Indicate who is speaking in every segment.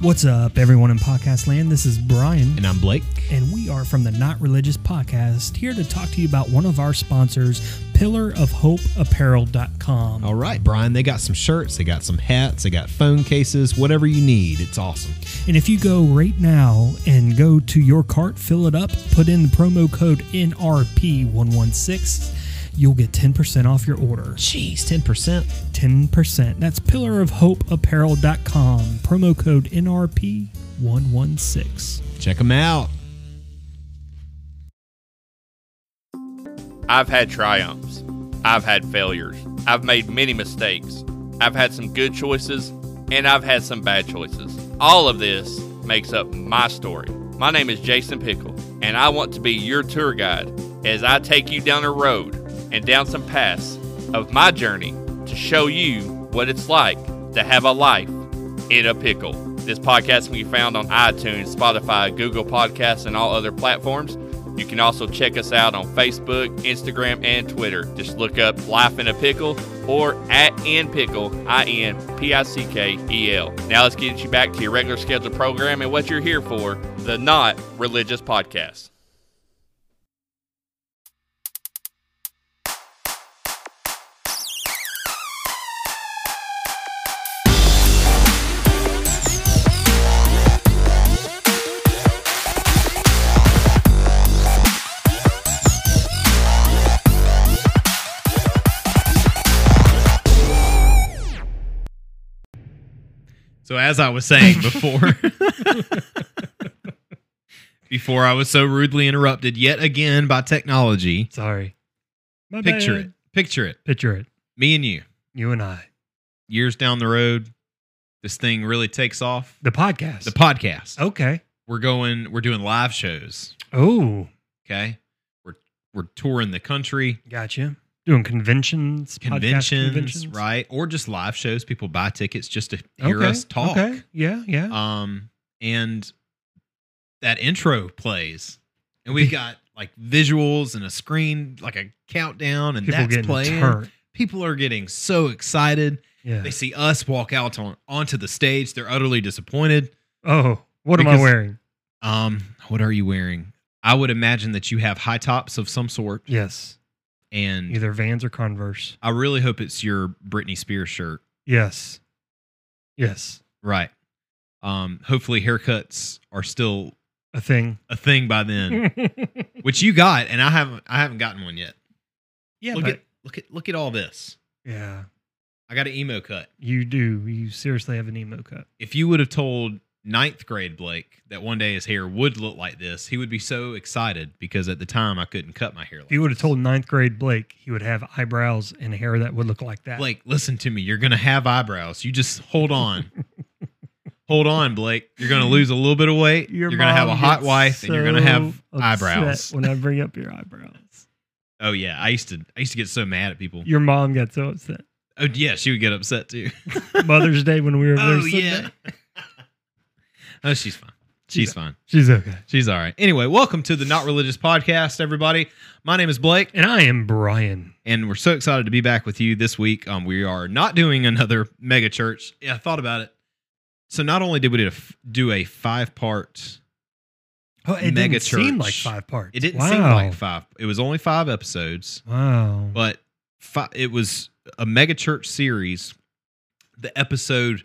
Speaker 1: What's up, everyone in podcast land? This is Brian,
Speaker 2: And I'm Blake.
Speaker 1: and we are from the Not Religious Podcast here to talk to you about one of our sponsors, pillarofhopeapparel.com.
Speaker 2: All right, Brian, they got some shirts, they got some hats, they got phone cases, whatever you need. It's awesome.
Speaker 1: And if you go right now and go to your cart, fill it up, put in the promo code NRP116, you'll get 10% off your order.
Speaker 2: Jeez, 10%.
Speaker 1: 10%. That's pillarofhopeapparel.com, promo code NRP116.
Speaker 2: Check them out.
Speaker 3: I've had triumphs. I've had failures. I've made many mistakes. I've had some good choices and I've had some bad choices. All of this makes up my story. My name is Jason Pickle and I want to be your tour guide as I take you down a road and down some paths of my journey to show you what it's like to have a life in a pickle. This podcast can be found on iTunes, Spotify, Google Podcasts, and all other platforms. You can also check us out on Facebook, Instagram, and Twitter. Just look up Life in a Pickle or at In Pickle, I N P I C K E L. Now let's get you back to your regular scheduled program and what you're here for the Not Religious Podcast.
Speaker 4: So as I was saying before, before I was so rudely interrupted yet again by technology.
Speaker 1: Sorry. My
Speaker 4: Picture
Speaker 1: bad.
Speaker 4: it. Picture it.
Speaker 1: Picture it.
Speaker 4: Me and you.
Speaker 1: You and I.
Speaker 4: Years down the road, this thing really takes off.
Speaker 1: The podcast.
Speaker 4: The podcast.
Speaker 1: okay.
Speaker 4: We're going we're doing live shows,
Speaker 1: Oh,
Speaker 4: okay? We're we're touring the country,
Speaker 1: gotcha. Doing conventions, podcast
Speaker 4: conventions,
Speaker 1: conventions.
Speaker 4: right? Or just live shows. People buy tickets just to hear
Speaker 1: Okay,
Speaker 4: us talk.
Speaker 1: Okay. Yeah. Yeah.
Speaker 4: um and that intro plays and we've got like visuals and a screen like a countdown and
Speaker 1: People
Speaker 4: that's
Speaker 1: getting
Speaker 4: playing
Speaker 1: hurt.
Speaker 4: people are getting so excited
Speaker 1: Yeah.
Speaker 4: they see us walk out on onto the stage they're utterly disappointed
Speaker 1: Oh, what am I
Speaker 4: Because-
Speaker 1: wearing?
Speaker 4: um what are you wearing i would imagine that you have high tops of some sort
Speaker 1: Yes.
Speaker 4: and
Speaker 1: Either Vans or Converse.
Speaker 4: i really hope it's your britney spears shirt
Speaker 1: Yes. Yes.
Speaker 4: right um hopefully haircuts are still
Speaker 1: A thing.
Speaker 4: a thing by then
Speaker 1: yeah.
Speaker 4: which you got, and I haven't I haven't gotten one yet. look
Speaker 1: but,
Speaker 4: at look at look at all this.
Speaker 1: yeah.
Speaker 4: I got an emo cut.
Speaker 1: You do. You seriously have an emo cut.
Speaker 4: If you would have told ninth grade Blake that one day his hair would look like this, he would be so excited because at the time I couldn't cut my hair. Like
Speaker 1: If you would have
Speaker 4: this.
Speaker 1: told ninth grade Blake, he would have eyebrows and hair that would look like that.
Speaker 4: Blake, listen to me, you're gonna have eyebrows. You just hold on. Hold on, Blake. You're gonna lose a little bit of weight. you're gonna have a
Speaker 1: mom
Speaker 4: hot
Speaker 1: gets
Speaker 4: wife, and you're gonna have
Speaker 1: so upset
Speaker 4: eyebrows.
Speaker 1: When I bring up your eyebrows,
Speaker 4: Oh yeah, I used to. I used to get so mad at people.
Speaker 1: your mom got so upset.
Speaker 4: Oh yeah, she would get upset too.
Speaker 1: Mother's Day when we were there
Speaker 4: Oh
Speaker 1: Sunday.
Speaker 4: yeah. oh, she's fine. She's fine.
Speaker 1: she's okay.
Speaker 4: She's all right. Anyway, welcome to the Not Religious Podcast, everybody. My name is Blake,
Speaker 1: And I am Brian.
Speaker 4: and we're so excited to be back with you this week. Um, we are not doing another mega church. Yeah, I thought about it. So not only did we do a f- do a five part,
Speaker 1: Oh, it
Speaker 4: Mega
Speaker 1: didn't seem
Speaker 4: church.
Speaker 1: like five parts.
Speaker 4: it didn't
Speaker 1: wow.
Speaker 4: seem like five. It was only five episodes,
Speaker 1: Wow.
Speaker 4: but fi- it was a mega church series. The episode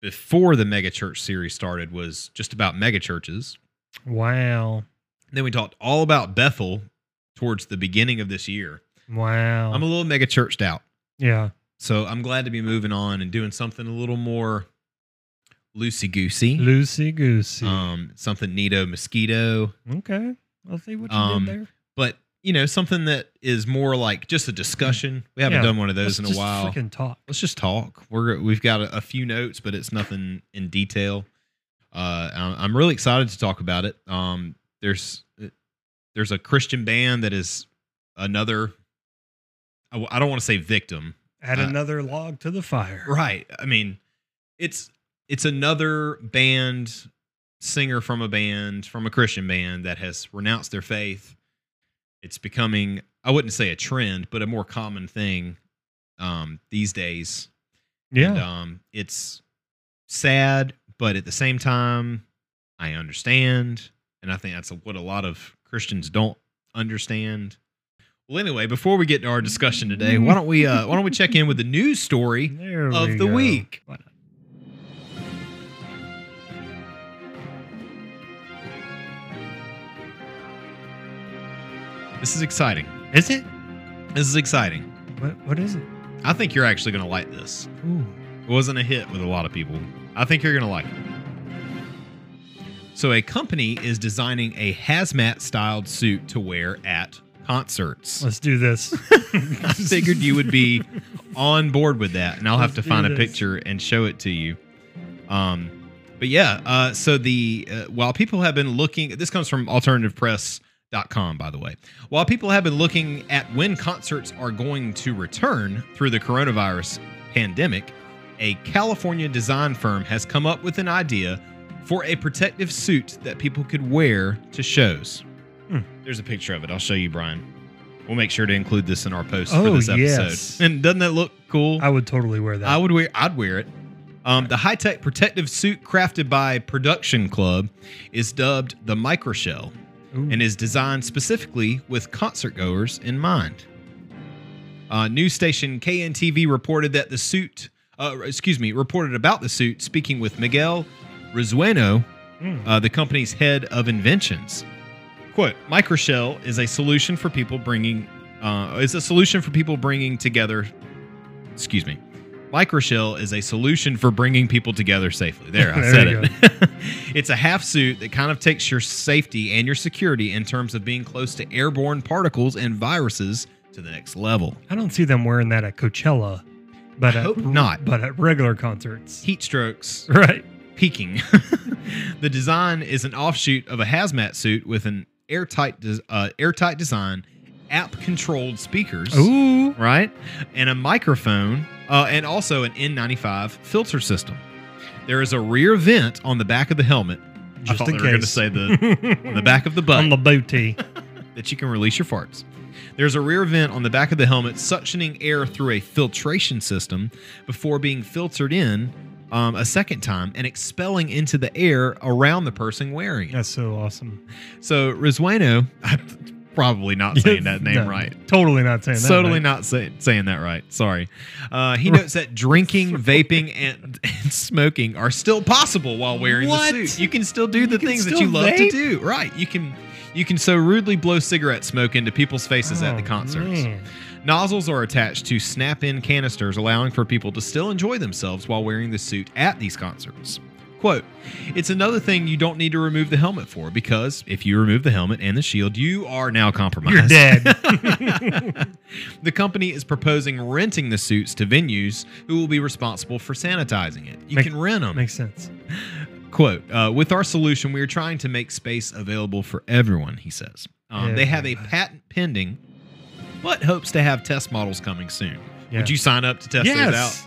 Speaker 4: before the mega church series started was just about mega churches.
Speaker 1: wow.
Speaker 4: Then we talked all about Bethel towards the beginning of this year.
Speaker 1: Wow.
Speaker 4: I'm a little mega churched out.
Speaker 1: yeah.
Speaker 4: So I'm glad to be moving on and doing something a little more loosey goosey.
Speaker 1: Loosey goosey.
Speaker 4: Um, something neato mosquito.
Speaker 1: okay. I'll see what you
Speaker 4: um,
Speaker 1: did there.
Speaker 4: But you know, something that is more like just a discussion. We haven't
Speaker 1: Yeah.
Speaker 4: done one of
Speaker 1: Let's
Speaker 4: those in a
Speaker 1: just
Speaker 4: while.
Speaker 1: Freaking talk.
Speaker 4: Let's just talk. We're we've got a, a few notes, but it's nothing in detail. Uh, I'm I'm really excited to talk about it. Um, there's there's a Christian band that is another. I w- I don't want to say victim,
Speaker 1: Add
Speaker 4: uh,
Speaker 1: another log to the fire.
Speaker 4: Right. I mean, it's it's another band singer from a band from a Christian band that has renounced their faith. It's becoming I wouldn't say a trend, but a more common thing um these days.
Speaker 1: Yeah.
Speaker 4: And, um it's sad But at the same time, I understand. And I think that's what a lot of Christians don't understand. Well, anyway, before we get to our discussion today, why don't we uh, why don't we check in with the news story
Speaker 1: There
Speaker 4: of
Speaker 1: we
Speaker 4: the
Speaker 1: go.
Speaker 4: week? This is exciting.
Speaker 1: Is it?
Speaker 4: This is exciting.
Speaker 1: What, what is it?
Speaker 4: I think you're actually going to like this.
Speaker 1: Ooh.
Speaker 4: It wasn't a hit with a lot of people. I think you're going to like it. So, a company is designing a hazmat styled suit to wear at concerts.
Speaker 1: Let's do this.
Speaker 4: I figured you would be on board with that, and I'll have
Speaker 1: Let's
Speaker 4: to
Speaker 1: do
Speaker 4: find a
Speaker 1: this.
Speaker 4: picture and show it to you. Um, but yeah, uh, so the uh, while people have been looking, this comes from alternativepress.com, by the way. While people have been looking at when concerts are going to return through the coronavirus pandemic, a California design firm has come up with an idea for a protective suit that people could wear to shows.
Speaker 1: Hmm.
Speaker 4: There's a picture of it. I'll show you, Brian. We'll make sure to include this in our post for
Speaker 1: Oh,
Speaker 4: this episode.
Speaker 1: yes.
Speaker 4: And doesn't that look cool?
Speaker 1: I would totally wear that.
Speaker 4: I would wear. I'd wear it. Um, the high-tech protective suit crafted by Production Club is dubbed the Microshell
Speaker 1: Ooh.
Speaker 4: and is designed specifically with concert goers in mind. Uh, news station KNTV reported that the suit, uh, excuse me, reported about the suit, speaking with Miguel Rizueno,
Speaker 1: Mm.
Speaker 4: uh, the company's head of inventions. Quote: Microshell is a solution for people bringing uh, is a solution for people bringing together. Excuse me. Microshell is a solution for bringing people together safely. There, I
Speaker 1: There
Speaker 4: said
Speaker 1: you
Speaker 4: it. it's a half suit that kind of takes your safety and your security in terms of being close to airborne particles and viruses to the next level.
Speaker 1: I don't see them wearing that at Coachella, but
Speaker 4: I
Speaker 1: at,
Speaker 4: hope not.
Speaker 1: But at regular concerts,
Speaker 4: Heat strokes,
Speaker 1: right?
Speaker 4: peaking. the design is an offshoot of a hazmat suit with an airtight, des- uh, airtight design, app-controlled speakers,
Speaker 1: Ooh.
Speaker 4: right, and a microphone, uh, and also an N95 filter system. There is a rear vent on the back of the helmet.
Speaker 1: Just
Speaker 4: I thought
Speaker 1: in
Speaker 4: they were going to
Speaker 1: case.
Speaker 4: say the on the back of the butt
Speaker 1: on the booty.
Speaker 4: that you can release your farts. There's a rear vent on the back of the helmet suctioning air through a filtration system before being filtered in um, a second time and expelling into the air around the person wearing it.
Speaker 1: That's so awesome.
Speaker 4: So Rizueno, I'm probably not saying that name
Speaker 1: No,
Speaker 4: right.
Speaker 1: Totally not saying that.
Speaker 4: Totally
Speaker 1: right?
Speaker 4: not say, saying that right. Sorry. Uh, he notes that drinking, vaping, and, and smoking are still possible while wearing
Speaker 1: What?
Speaker 4: the suit. You can still do the
Speaker 1: can
Speaker 4: things that
Speaker 1: still
Speaker 4: you love to
Speaker 1: vape?
Speaker 4: do. Right. You can you can so rudely blow cigarette smoke into people's faces at the
Speaker 1: Oh,
Speaker 4: concerts.
Speaker 1: man.
Speaker 4: Nozzles are attached to snap-in canisters, allowing for people to still enjoy themselves while wearing the suit at these concerts. Quote, it's another thing you don't need to remove the helmet for because if you remove the helmet and the shield, you are now compromised.
Speaker 1: You're dead.
Speaker 4: the company is proposing renting the suits to venues who will be responsible for sanitizing it. You
Speaker 1: Make-
Speaker 4: can rent them.
Speaker 1: Makes sense.
Speaker 4: Quote, uh, with our solution, we are trying to make space available for everyone, he says. Um, they have a
Speaker 1: Everyone.
Speaker 4: patent pending, but hopes to have test models coming soon.
Speaker 1: Yeah.
Speaker 4: Would you sign up to test those out?
Speaker 1: yes.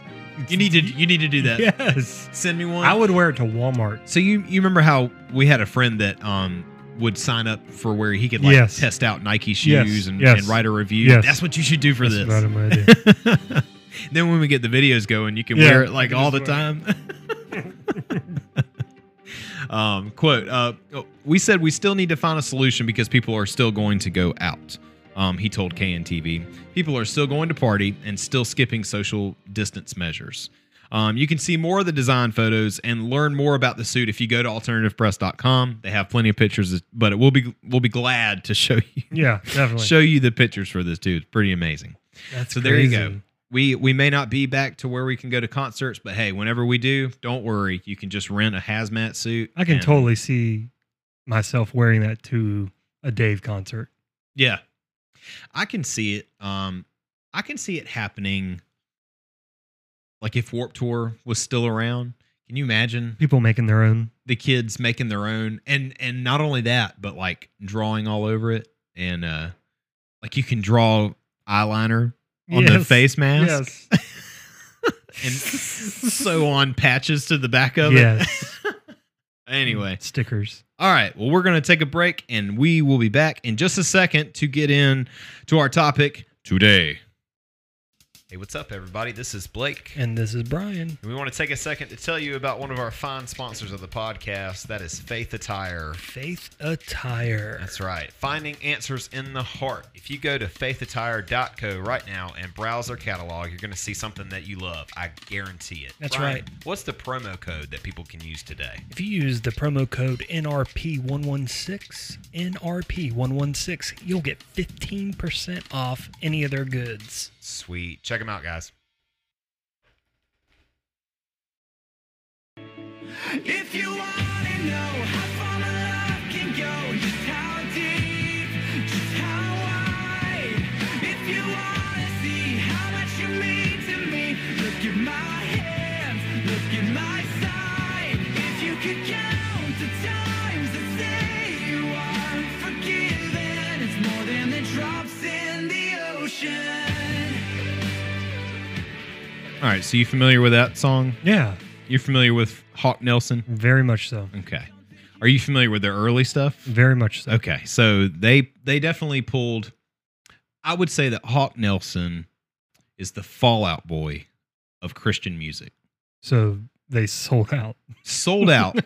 Speaker 4: You need to you need to do that.
Speaker 1: Yes.
Speaker 4: Send me one.
Speaker 1: I would wear it to Walmart.
Speaker 4: so you you remember how we had a friend that um would sign up for where he could like
Speaker 1: Yes.
Speaker 4: test out Nike
Speaker 1: Yes,
Speaker 4: shoes and,
Speaker 1: yes,
Speaker 4: and write a review.
Speaker 1: yes.
Speaker 4: That's what you should do for
Speaker 1: That's about
Speaker 4: this.
Speaker 1: a good idea.
Speaker 4: then when we get the videos going, you can
Speaker 1: Yeah,
Speaker 4: wear it like
Speaker 1: you can
Speaker 4: all the
Speaker 1: just wear
Speaker 4: time. um, quote: uh, We said we still need to find a solution because people are still going to go out. Um, he told KNTV, people are still going to party and still skipping social distance measures. Um, you can see more of the design photos and learn more about the suit if you go to alternativepress.com. They have plenty of pictures, but it will be we'll be glad to show you
Speaker 1: Yeah, definitely.
Speaker 4: show you the pictures for this too. It's pretty amazing
Speaker 1: That's
Speaker 4: so there you
Speaker 1: crazy.
Speaker 4: go. we we may not be back to where we can go to concerts, but hey, whenever we do, don't worry. You can just rent a hazmat suit.
Speaker 1: I can
Speaker 4: and-
Speaker 1: totally see myself wearing that to a Dave concert.
Speaker 4: Yeah, I can see it. Um, I can see it happening. Like if Warp Tour was still around, can you imagine
Speaker 1: People making their own.
Speaker 4: the kids making their own and and not only that, but like drawing all over it and uh, like you can draw eyeliner on the
Speaker 1: Yes.
Speaker 4: face mask
Speaker 1: Yes.
Speaker 4: and sew on patches to the back of it.
Speaker 1: yes.
Speaker 4: Anyway,
Speaker 1: Stickers.
Speaker 4: All right. Well, we're going to take a break and we will be back in just a second to get in to our topic today.
Speaker 5: Hey, what's up, everybody? This is Blake.
Speaker 1: And this is Brian.
Speaker 5: And we want to take a second to tell you about one of our fine sponsors of the podcast. That is Faith Attire.
Speaker 1: Faith Attire.
Speaker 5: That's right. Finding answers in the heart. If you go to faithattire.co right now and browse their catalog, you're going to see something that you love. I guarantee it.
Speaker 1: That's
Speaker 5: Brian,
Speaker 1: right.
Speaker 5: What's the promo code that people can use today?
Speaker 1: If you use the promo code NRP116, NRP116, you'll get 15% off any of their goods.
Speaker 5: Sweet. Check them out, guys.
Speaker 6: If you wanna know how far my love can go, just how deep, just how wide. If you wanna see how much you mean to me, look at my hands, look at my side. If you could count the times that say you are forgiven, it's more than the drops in the ocean.
Speaker 4: All right, so you familiar with that song?
Speaker 1: Yeah,
Speaker 4: You're familiar with Hawk Nelson?
Speaker 1: very much so.
Speaker 4: Okay. Are you familiar with their early stuff?
Speaker 1: Very much so.
Speaker 4: Okay, so they they definitely pulled. I would say that Hawk Nelson is the Fallout Boy of Christian music.
Speaker 1: So they sold out.
Speaker 4: Sold out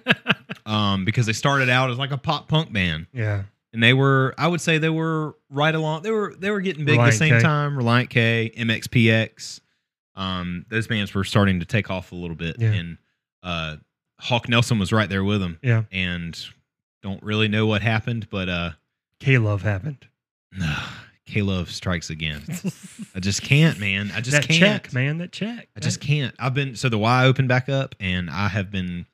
Speaker 4: um, because they started out as like a pop punk band,
Speaker 1: yeah.
Speaker 4: and they were I would say they were right along. They were they were getting big at
Speaker 1: Reliant
Speaker 4: the same
Speaker 1: K.
Speaker 4: time. Reliant K, MXPX, um, those bands were starting to take off a little bit,
Speaker 1: Yeah.
Speaker 4: and uh, Hawk Nelson was right there with them.
Speaker 1: Yeah.
Speaker 4: and don't really know what happened, but uh,
Speaker 1: K Love happened.
Speaker 4: K Love strikes again. I just can't, man. I just
Speaker 1: that
Speaker 4: can't.
Speaker 1: check, man. That check.
Speaker 4: I just can't. I've been so the Y opened back up, and I have been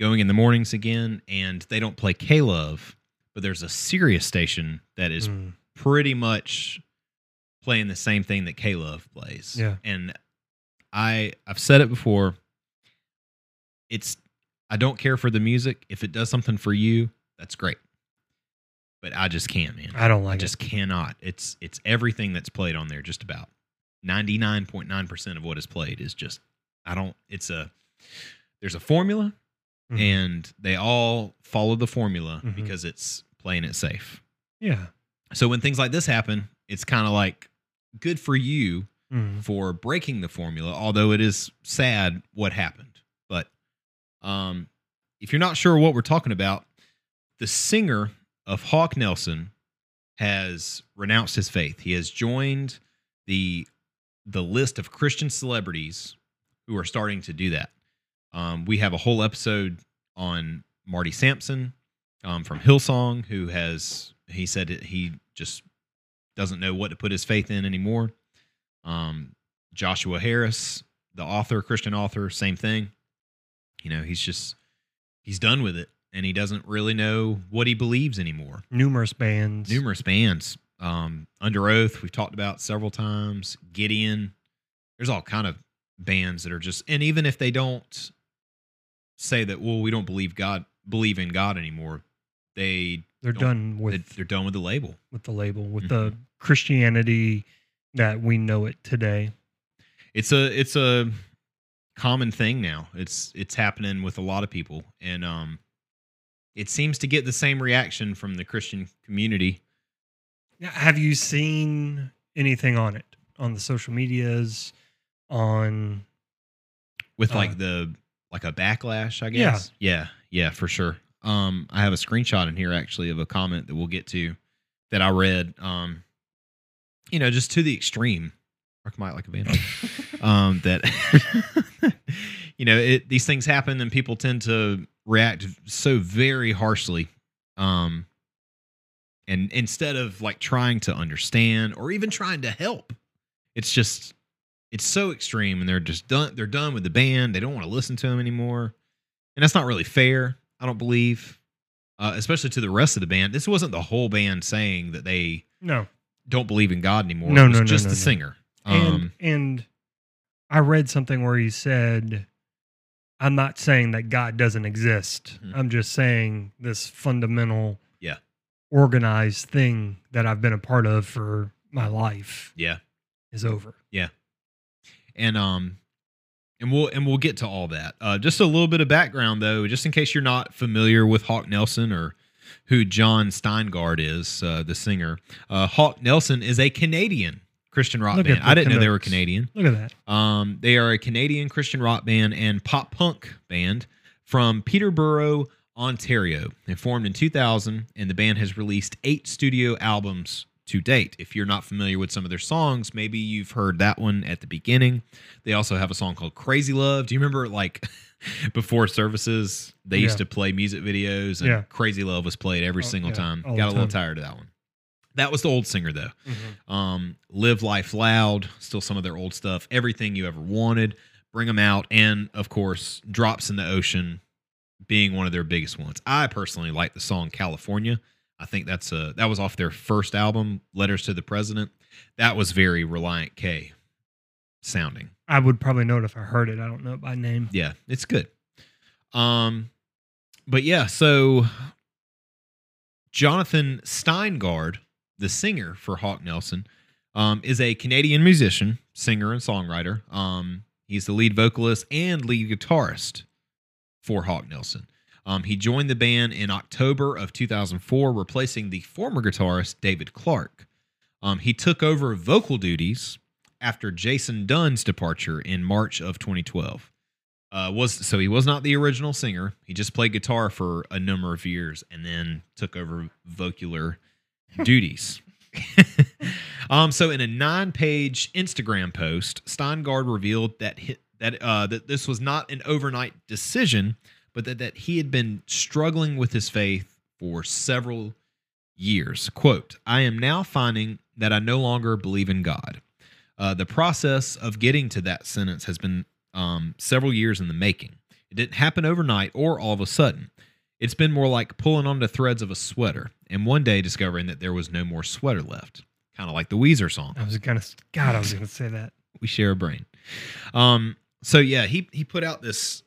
Speaker 4: going in the mornings again, and they don't play K Love, but there's a Sirius station that is
Speaker 1: Mm.
Speaker 4: pretty much playing the same thing that K Love plays.
Speaker 1: Yeah.
Speaker 4: and I I've said it before. It's I don't care for the music. If it does something for you, that's great. But I just can't, man.
Speaker 1: I don't
Speaker 4: I
Speaker 1: like
Speaker 4: just cannot. It's it's everything that's played on there. Just about ninety nine point nine percent of what is played is just. I don't. It's a there's a formula,
Speaker 1: Mhm.
Speaker 4: and they all follow the formula
Speaker 1: Mhm.
Speaker 4: because it's playing it safe.
Speaker 1: it. Yeah.
Speaker 4: So when things like this happen, it's kind of like good for you
Speaker 1: Mm.
Speaker 4: for breaking the formula. Although it is sad what happened, but um, if you're not sure what we're talking about, the singer of Hawk Nelson has renounced his faith. He has joined the the list of Christian celebrities who are starting to do that. Um, we have a whole episode on Marty Sampson um, from Hillsong, who has he said that he just doesn't know what to put his faith in anymore. Um, Joshua Harris, the author, Christian author, same thing. You know, he's just he's done with it, and he doesn't really know what he believes anymore
Speaker 1: Numerous bands.
Speaker 4: numerous bands. Um, Under Oath, we've talked about several times. Gideon. There's all kind of bands that are just, and even if they don't say that, well, we don't believe God, believe in God anymore, they
Speaker 1: They're done with
Speaker 4: they're done with the label.
Speaker 1: with the label, with the Christianity that we know it today.
Speaker 4: It's a it's a common thing now. It's it's happening with a lot of people, and um, it seems to get the same reaction from the Christian community
Speaker 1: Now, Have you seen anything on it on the social medias? On
Speaker 4: with
Speaker 1: Uh,
Speaker 4: like the like a backlash, I guess. Yeah. yeah, for sure. Um, I have a screenshot in here actually of a comment that we'll get to that I read. Um, you know, just to the extreme. Mark might like a vampire. um, that you know, it these things happen and people tend to react so very harshly. Um, and instead of like trying to understand or even trying to help, it's just it's so extreme and they're just done they're done with the band they don't want to listen to them anymore and that's not really fair i don't believe uh, especially to the rest of the band this wasn't the whole band saying that they
Speaker 1: no,
Speaker 4: don't believe in god anymore
Speaker 1: No,
Speaker 4: it was
Speaker 1: no, no,
Speaker 4: just
Speaker 1: no,
Speaker 4: the
Speaker 1: no.
Speaker 4: singer um,
Speaker 1: and and I read something where he said, "I'm not saying that God doesn't exist.
Speaker 4: Mhm.
Speaker 1: I'm just saying this fundamental,
Speaker 4: Yeah.
Speaker 1: organized thing that I've been a part of for my life
Speaker 4: yeah
Speaker 1: is over."
Speaker 4: and um and we'll and we'll get to all that uh just a little bit of background though just in case you're not familiar with hawk nelson or who john steingard is uh, the singer uh, hawk nelson is a canadian Christian rock
Speaker 1: Look at
Speaker 4: band. I
Speaker 1: the
Speaker 4: didn't know they were
Speaker 1: Canucks.
Speaker 4: Canadian.
Speaker 1: Look at that.
Speaker 4: Um, they are a Canadian Christian rock band and pop punk band from Peterborough, Ontario. They formed in 2000, and the band has released eight studio albums to date. If you're not familiar with some of their songs, maybe you've heard that one at the beginning. They also have a song called Crazy Love. Do you remember, like, before services, they used
Speaker 1: Yeah.
Speaker 4: to play music videos, and
Speaker 1: Yeah.
Speaker 4: Crazy Love was played every
Speaker 1: Oh,
Speaker 4: single
Speaker 1: yeah,
Speaker 4: time.
Speaker 1: all the
Speaker 4: Got a little
Speaker 1: time. Mm-hmm.
Speaker 4: tired of that one. That was the old singer, though um, Live Life Loud, still some of their old stuff, everything you ever wanted, bring them out, and of course, Drops in the Ocean being one of their biggest ones. I personally like the song California. I think that's a that was off their first album, Letters to the President. That was very Reliant K sounding.
Speaker 1: I would probably know it if I heard it. I don't know it by name.
Speaker 4: Yeah, it's good. Um, but yeah, so Jonathan Steingard, the singer for Hawk Nelson, um, is a Canadian musician, singer, and songwriter. Um, he's the lead vocalist and lead guitarist for Hawk Nelson. Um, he joined the band in October of 2004, replacing the former guitarist David Clark. Um, he took over vocal duties after Jason Dunn's departure in March of 2012 uh, was so he was not the original singer. He just played guitar for a number of years and then took over vocular duties. um, so in a nine-page Instagram post, Steingard revealed that hi that uh, that this was not an overnight decision, but that that he had been struggling with his faith for several years. "Quote: I am now finding that I no longer believe in God." Uh, the process of getting to that sentence has been um, several years in the making. It didn't happen overnight or all of a sudden. It's been more like pulling on the threads of a sweater and one day discovering that there was no more sweater left. Kind of like the Weezer song
Speaker 1: I was gonna. God, I was gonna say that.
Speaker 4: we share a brain. Um, so yeah, he he put out this.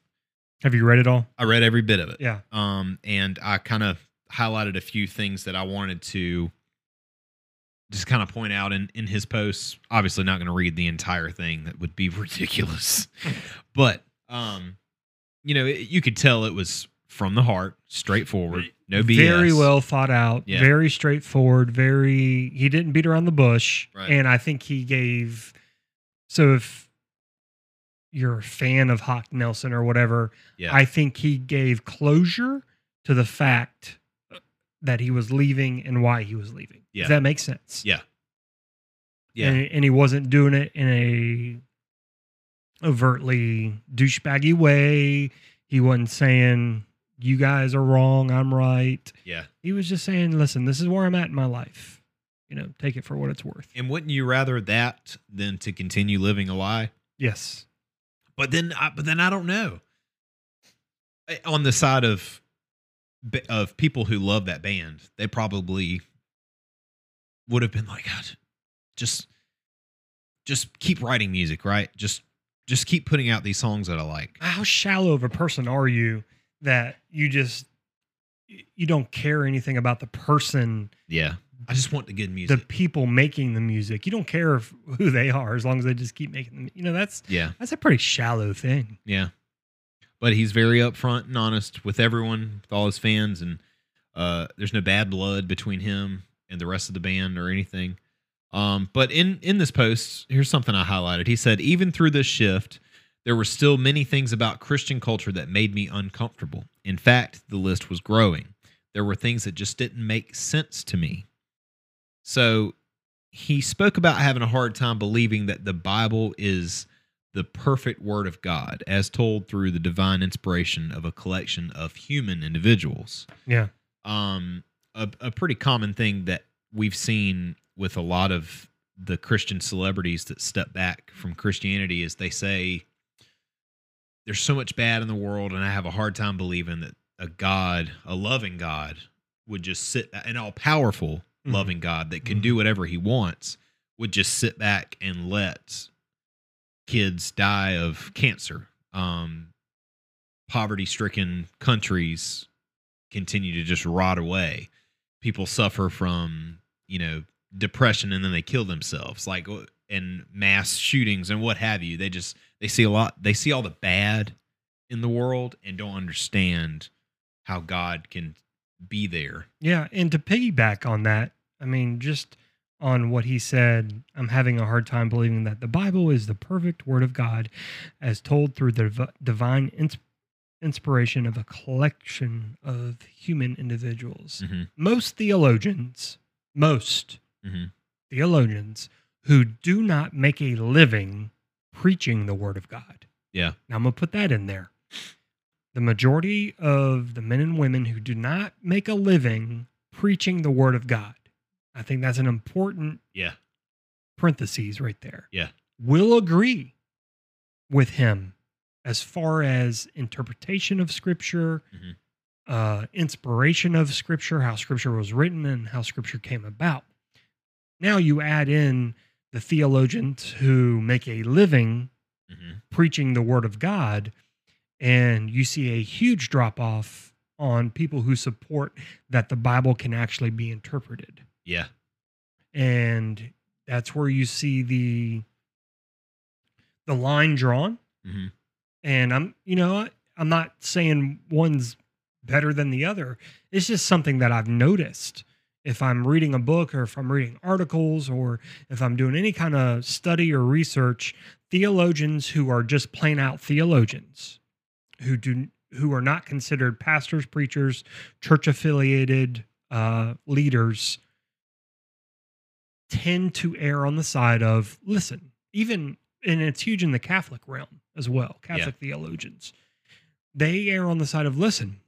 Speaker 1: Have you read it all?
Speaker 4: I read every bit of it.
Speaker 1: Yeah.
Speaker 4: Um, and I kind of highlighted a few things that I wanted to just kind of point out in in his posts. Obviously, not going to read the entire thing. That would be ridiculous. but um, you know, it, you could tell it was from the heart, straightforward, no BS.
Speaker 1: Very well thought out.
Speaker 4: Yeah.
Speaker 1: Very straightforward. Very. He didn't beat around the bush.
Speaker 4: Right.
Speaker 1: And I think he gave. So if you're a fan of Hawk Nelson or whatever,
Speaker 4: Yeah.
Speaker 1: I think he gave closure to the fact that he was leaving and why he was leaving.
Speaker 4: Yeah.
Speaker 1: Does that make sense?
Speaker 4: Yeah. Yeah.
Speaker 1: And, and he wasn't doing it in a overtly douchebaggy way. He wasn't saying, you guys are wrong, I'm right.
Speaker 4: yeah.
Speaker 1: He was just saying, listen, this is where I'm at in my life. You know, take it for what it's worth.
Speaker 4: And wouldn't you rather that than to continue living a lie?
Speaker 1: Yes.
Speaker 4: But then, I, but then I don't know. I- On the side of b- of people who love that band, they probably would have been like, God, just just keep writing music, right? Just just keep putting out these songs that I like.
Speaker 1: How shallow of a person are you that you just you don't care anything about the person,
Speaker 4: Yeah, I just want the good
Speaker 1: the
Speaker 4: music.
Speaker 1: people making the music. You don't care if, who they are as long as they just keep making them. You know, that's
Speaker 4: yeah,
Speaker 1: that's a pretty shallow thing.
Speaker 4: yeah. But he's very upfront and honest with everyone, with all his fans, and uh, there's no bad blood between him and the rest of the band or anything. Um, but in in this post, here's something I highlighted. He said, even through this shift, there were still many things about Christian culture that made me uncomfortable. In fact, the list was growing. There were things that just didn't make sense to me. So he spoke about having a hard time believing that the Bible is the perfect word of God, as told through the divine inspiration of a collection of human individuals
Speaker 1: Yeah.
Speaker 4: um, a, a pretty common thing that we've seen with a lot of the Christian celebrities that step back from Christianity is they say, There's so much bad in the world, and I have a hard time believing that a God, a loving God, would just sit, an all powerful,
Speaker 1: Mhm.
Speaker 4: loving God that can do whatever he wants, would just sit back and let kids die of cancer. Um, poverty stricken countries continue to just rot away. People suffer from, you know, depression and then they kill themselves, like w- and mass shootings and what have you. They just they see a lot they see all the bad in the world and don't understand how God can be there.
Speaker 1: Yeah, and to piggyback on that, I mean, just on what he said, I'm having a hard time believing that the Bible is the perfect word of God as told through the div- divine ins- inspiration of a collection of human individuals.
Speaker 4: Mhm.
Speaker 1: Most theologians, most
Speaker 4: Mhm.
Speaker 1: theologians who do not make a living preaching the word of God.
Speaker 4: Yeah.
Speaker 1: Now I'm going to put that in there. The majority of the men and women who do not make a living preaching the word of God. I think that's an important
Speaker 4: Yeah.
Speaker 1: parentheses right there.
Speaker 4: Yeah.
Speaker 1: Will agree with him as far as interpretation of scripture,
Speaker 4: Mhm.
Speaker 1: uh, inspiration of scripture, how scripture was written and how scripture came about. Now you add in the theologians who make a living
Speaker 4: Mhm.
Speaker 1: preaching the word of God, and you see a huge drop off on people who support that the Bible can actually be interpreted.
Speaker 4: Yeah.
Speaker 1: And that's where you see the the line drawn.
Speaker 4: Mhm.
Speaker 1: And I'm, you know, I'm not saying one's better than the other. It's just something that I've noticed. If I'm reading a book or if I'm reading articles or if I'm doing any kind of study or research, theologians who are just plain out theologians who do who are not considered pastors, preachers, church affiliated uh, leaders tend to err on the side of listen, even and it's huge in the Catholic realm as well, Catholic theologians. They err on the side of listen.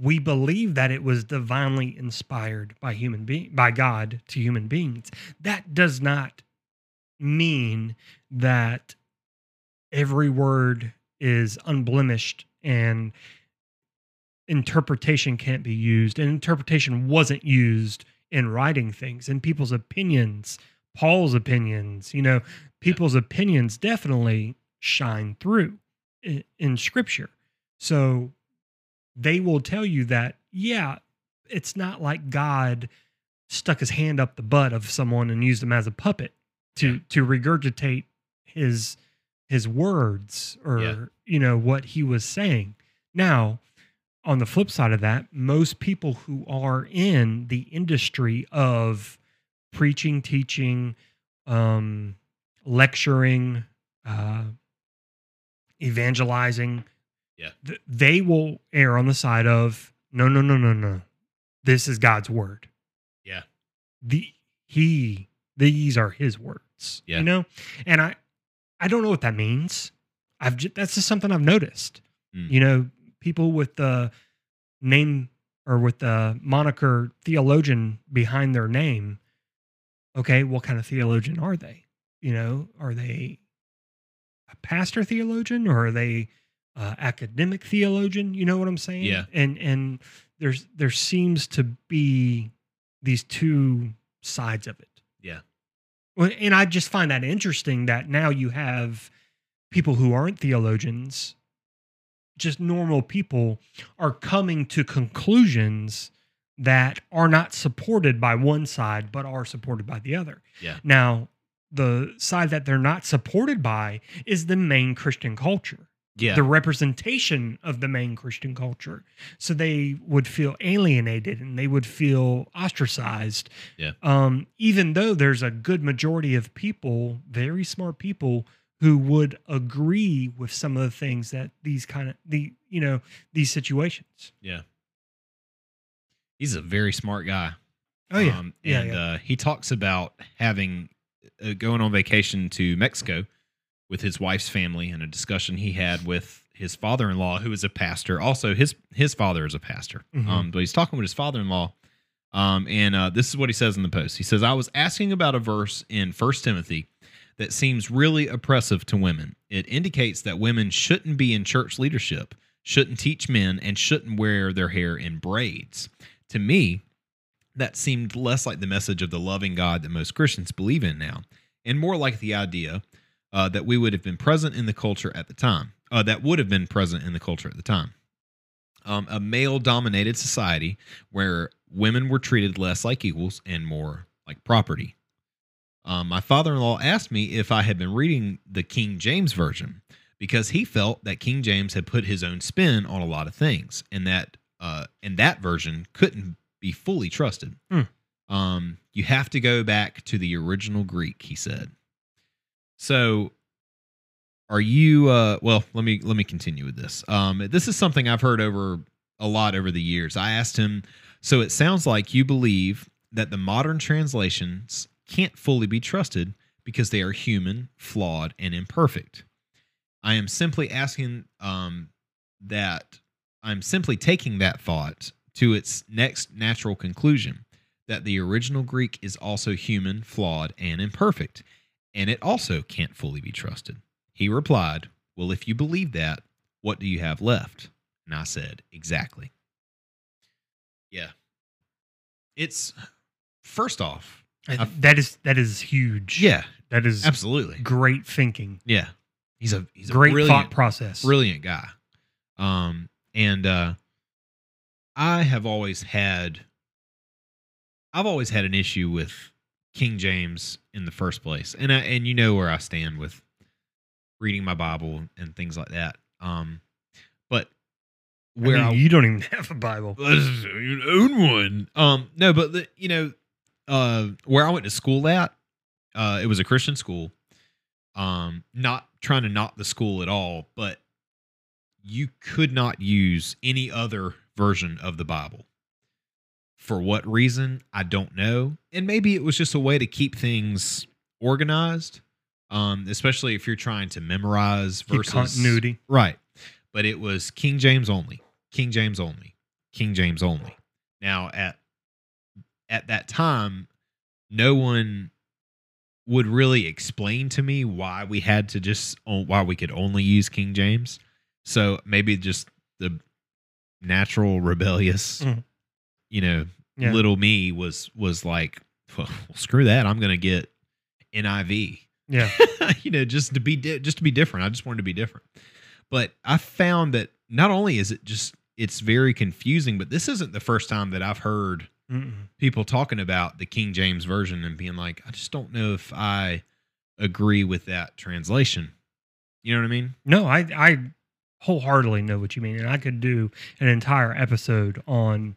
Speaker 1: We believe that it was divinely inspired by human being by God to human beings. That does not mean that every word is unblemished and interpretation can't be used and interpretation wasn't used in writing things and people's opinions paul's opinions you know people's opinions definitely shine through in, in scripture so they will tell you that yeah it's not like god stuck his hand up the butt of someone and used him as a puppet to to regurgitate his his words or
Speaker 4: Yeah.
Speaker 1: you know what he was saying now on the flip side of that, most people who are in the industry of preaching, teaching, um, lecturing, uh, evangelizing,
Speaker 4: Yeah.
Speaker 1: th- they will err on the side of no, no, no, no, no. This is God's word.
Speaker 4: Yeah.
Speaker 1: The he these are his words.
Speaker 4: Yeah.
Speaker 1: You know, and I I don't know what that means. I've just, that's just something I've noticed.
Speaker 4: Mm.
Speaker 1: You know, people with the name or with the moniker theologian behind their name. Okay, what kind of theologian are they? You know, are they a pastor theologian or are they uh, academic theologian? You know what I'm saying?
Speaker 4: Yeah.
Speaker 1: And and there's there seems to be these two sides of it.
Speaker 4: Yeah.
Speaker 1: Well, and I just find that interesting that now you have people who aren't theologians, just normal people, are coming to conclusions that are not supported by one side, but are supported by the other.
Speaker 4: Yeah.
Speaker 1: Now, the side that they're not supported by is the main Christian culture
Speaker 4: Yeah.
Speaker 1: the representation of the main Christian culture. So they would feel alienated and they would feel ostracized.
Speaker 4: Yeah.
Speaker 1: Um, even though there's a good majority of people, very smart people, who would agree with some of the things that these kind of the you know these situations.
Speaker 4: He's a very smart guy. Um,
Speaker 1: Oh, yeah,
Speaker 4: and
Speaker 1: yeah.
Speaker 4: Uh, he talks about having uh, going on vacation to Mexico with his wife's family and a discussion he had with his father-in-law, who is a pastor. Also, his his father is a pastor.
Speaker 1: Mhm.
Speaker 4: Um, but he's talking with his father-in-law. Um, and uh, this is what he says in the post. He says, "I was asking about a verse in First Timothy." That seems really oppressive to women. It indicates that women shouldn't be in church leadership, shouldn't teach men, and shouldn't wear their hair in braids. To me, that seemed less like the message of the loving God that most Christians believe in now, and more like the idea uh, that we would have been present in the culture at the time, uh, that would have been present in the culture at the time. Um, a male dominated society where women were treated less like equals and more like property. Um, my father in law asked me if I had been reading the King James Version because he felt that King James had put his own spin on a lot of things and that uh, and that version couldn't be fully trusted.
Speaker 1: Hmm.
Speaker 4: Um, you have to go back to the original Greek, he said. So are you uh well, let me let me continue with this. Um this is something I've heard over a lot over the years. I asked him, so it sounds like you believe that the modern translations can't fully be trusted because they are human, flawed, and imperfect. I am simply asking um that I'm simply taking that thought to its next natural conclusion that the original Greek is also human, flawed, and imperfect, and it also can't fully be trusted. He replied, Well, if you believe that, what do you have left? And I said, Exactly. Yeah. It's first off,
Speaker 1: And
Speaker 4: I've-
Speaker 1: that is that is huge.
Speaker 4: yeah,
Speaker 1: that is
Speaker 4: absolutely.
Speaker 1: great thinking.
Speaker 4: Yeah. He's a he's a
Speaker 1: great
Speaker 4: brilliant,
Speaker 1: thought process.
Speaker 4: brilliant guy. Um, and uh, I have always had, I've always had an issue with King James in the first place, and I, and you know where I stand with reading my Bible and things like that. Um, but where
Speaker 1: Where
Speaker 4: I,
Speaker 1: you don't even have a Bible.
Speaker 4: your own one. Um, no, but the, you know, uh, where I went to school at, uh, it was a Christian school. Um, not trying to knock the school at all, but you could not use any other version of the Bible. For what reason, I don't know. And maybe it was just a way to keep things organized, um, especially if you're trying to memorize
Speaker 1: Keep
Speaker 4: versus
Speaker 1: continuity.
Speaker 4: Right. But it was King James only. King James only. King James only. Now at at that time, no one would really explain to me why we had to just oh, why we could only use King James. So maybe just the natural rebellious,
Speaker 1: Mm.
Speaker 4: you know,
Speaker 1: Yeah.
Speaker 4: little me was was like, well, screw that. I'm gonna get NIV.
Speaker 1: Yeah.
Speaker 4: you know, just to be di- just to be different. I just wanted to be different. But I found that not only is it just it's very confusing, but this isn't the first time that I've heard
Speaker 1: Mm-mm.
Speaker 4: people talking about the King James version and being like, I just don't know if I agree with that translation. You know what I mean?
Speaker 1: No, I I wholeheartedly know what you mean, and I could do an entire episode on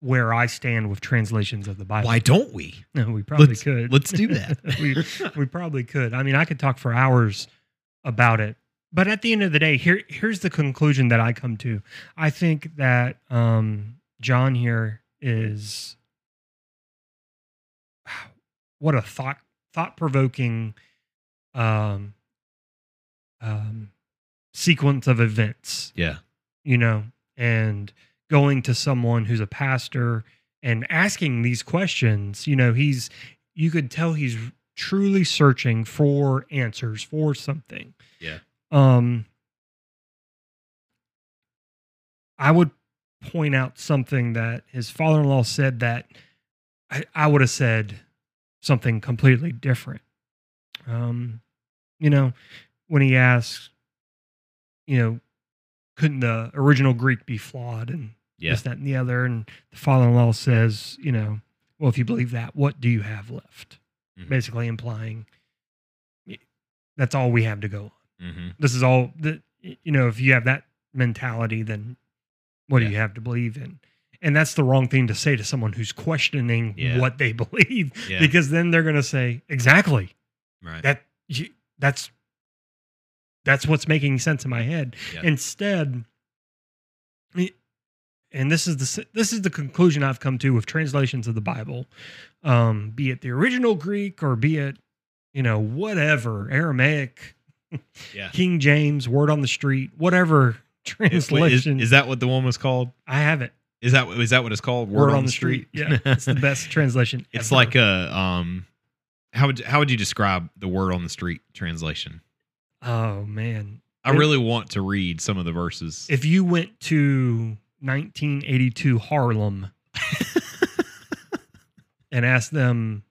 Speaker 1: where I stand with translations of the Bible.
Speaker 4: Why don't we?
Speaker 1: No, we probably
Speaker 4: Let's-
Speaker 1: could.
Speaker 4: let's do that.
Speaker 1: we we probably could. I mean, I could talk for hours about it. But at the end of the day, here here's the conclusion that I come to. I think that um, John here is what a thought thought provoking um, um, sequence of events
Speaker 4: Yeah.
Speaker 1: you know, and going to someone who's a pastor and asking these questions, you know, he's you could tell he's truly searching for answers for something.
Speaker 4: Yeah.
Speaker 1: Um I would point out something that his father-in-law said that I, I would have said something completely different. Um, you know, when he asks, you know, couldn't the original Greek be flawed and
Speaker 4: Yeah.
Speaker 1: this, that, and the other? And the father in law says, you know, well, if you believe that, what do you have left?
Speaker 4: Mhm.
Speaker 1: Basically implying y- that's all we have to go on.
Speaker 4: Mm-hmm.
Speaker 1: This is all that, you know, if you have that mentality, then what
Speaker 4: Yeah.
Speaker 1: do you have to believe in? And that's the wrong thing to say to someone who's questioning
Speaker 4: Yeah.
Speaker 1: what they believe,
Speaker 4: Yeah.
Speaker 1: because then they're going to say, exactly
Speaker 4: Right.
Speaker 1: that you, that's that's what's making sense in my head
Speaker 4: Yeah.
Speaker 1: instead i- and this is the s- this is the conclusion i've come to with translations of the bible um be it the original greek or be it you know whatever aramaic
Speaker 4: yeah.
Speaker 1: king james word on the street whatever
Speaker 4: Is, is,
Speaker 1: translation
Speaker 4: is that what the one was called?
Speaker 1: i have it
Speaker 4: Is that is that what it's called?
Speaker 1: word, on, the street, yeah it's the best translation
Speaker 4: It's
Speaker 1: ever.
Speaker 4: like a um how would how would you describe the word on the street translation?
Speaker 1: oh man
Speaker 4: I
Speaker 1: It-
Speaker 4: really want to read some of the verses.
Speaker 1: if you went to 1982 Harlem and asked them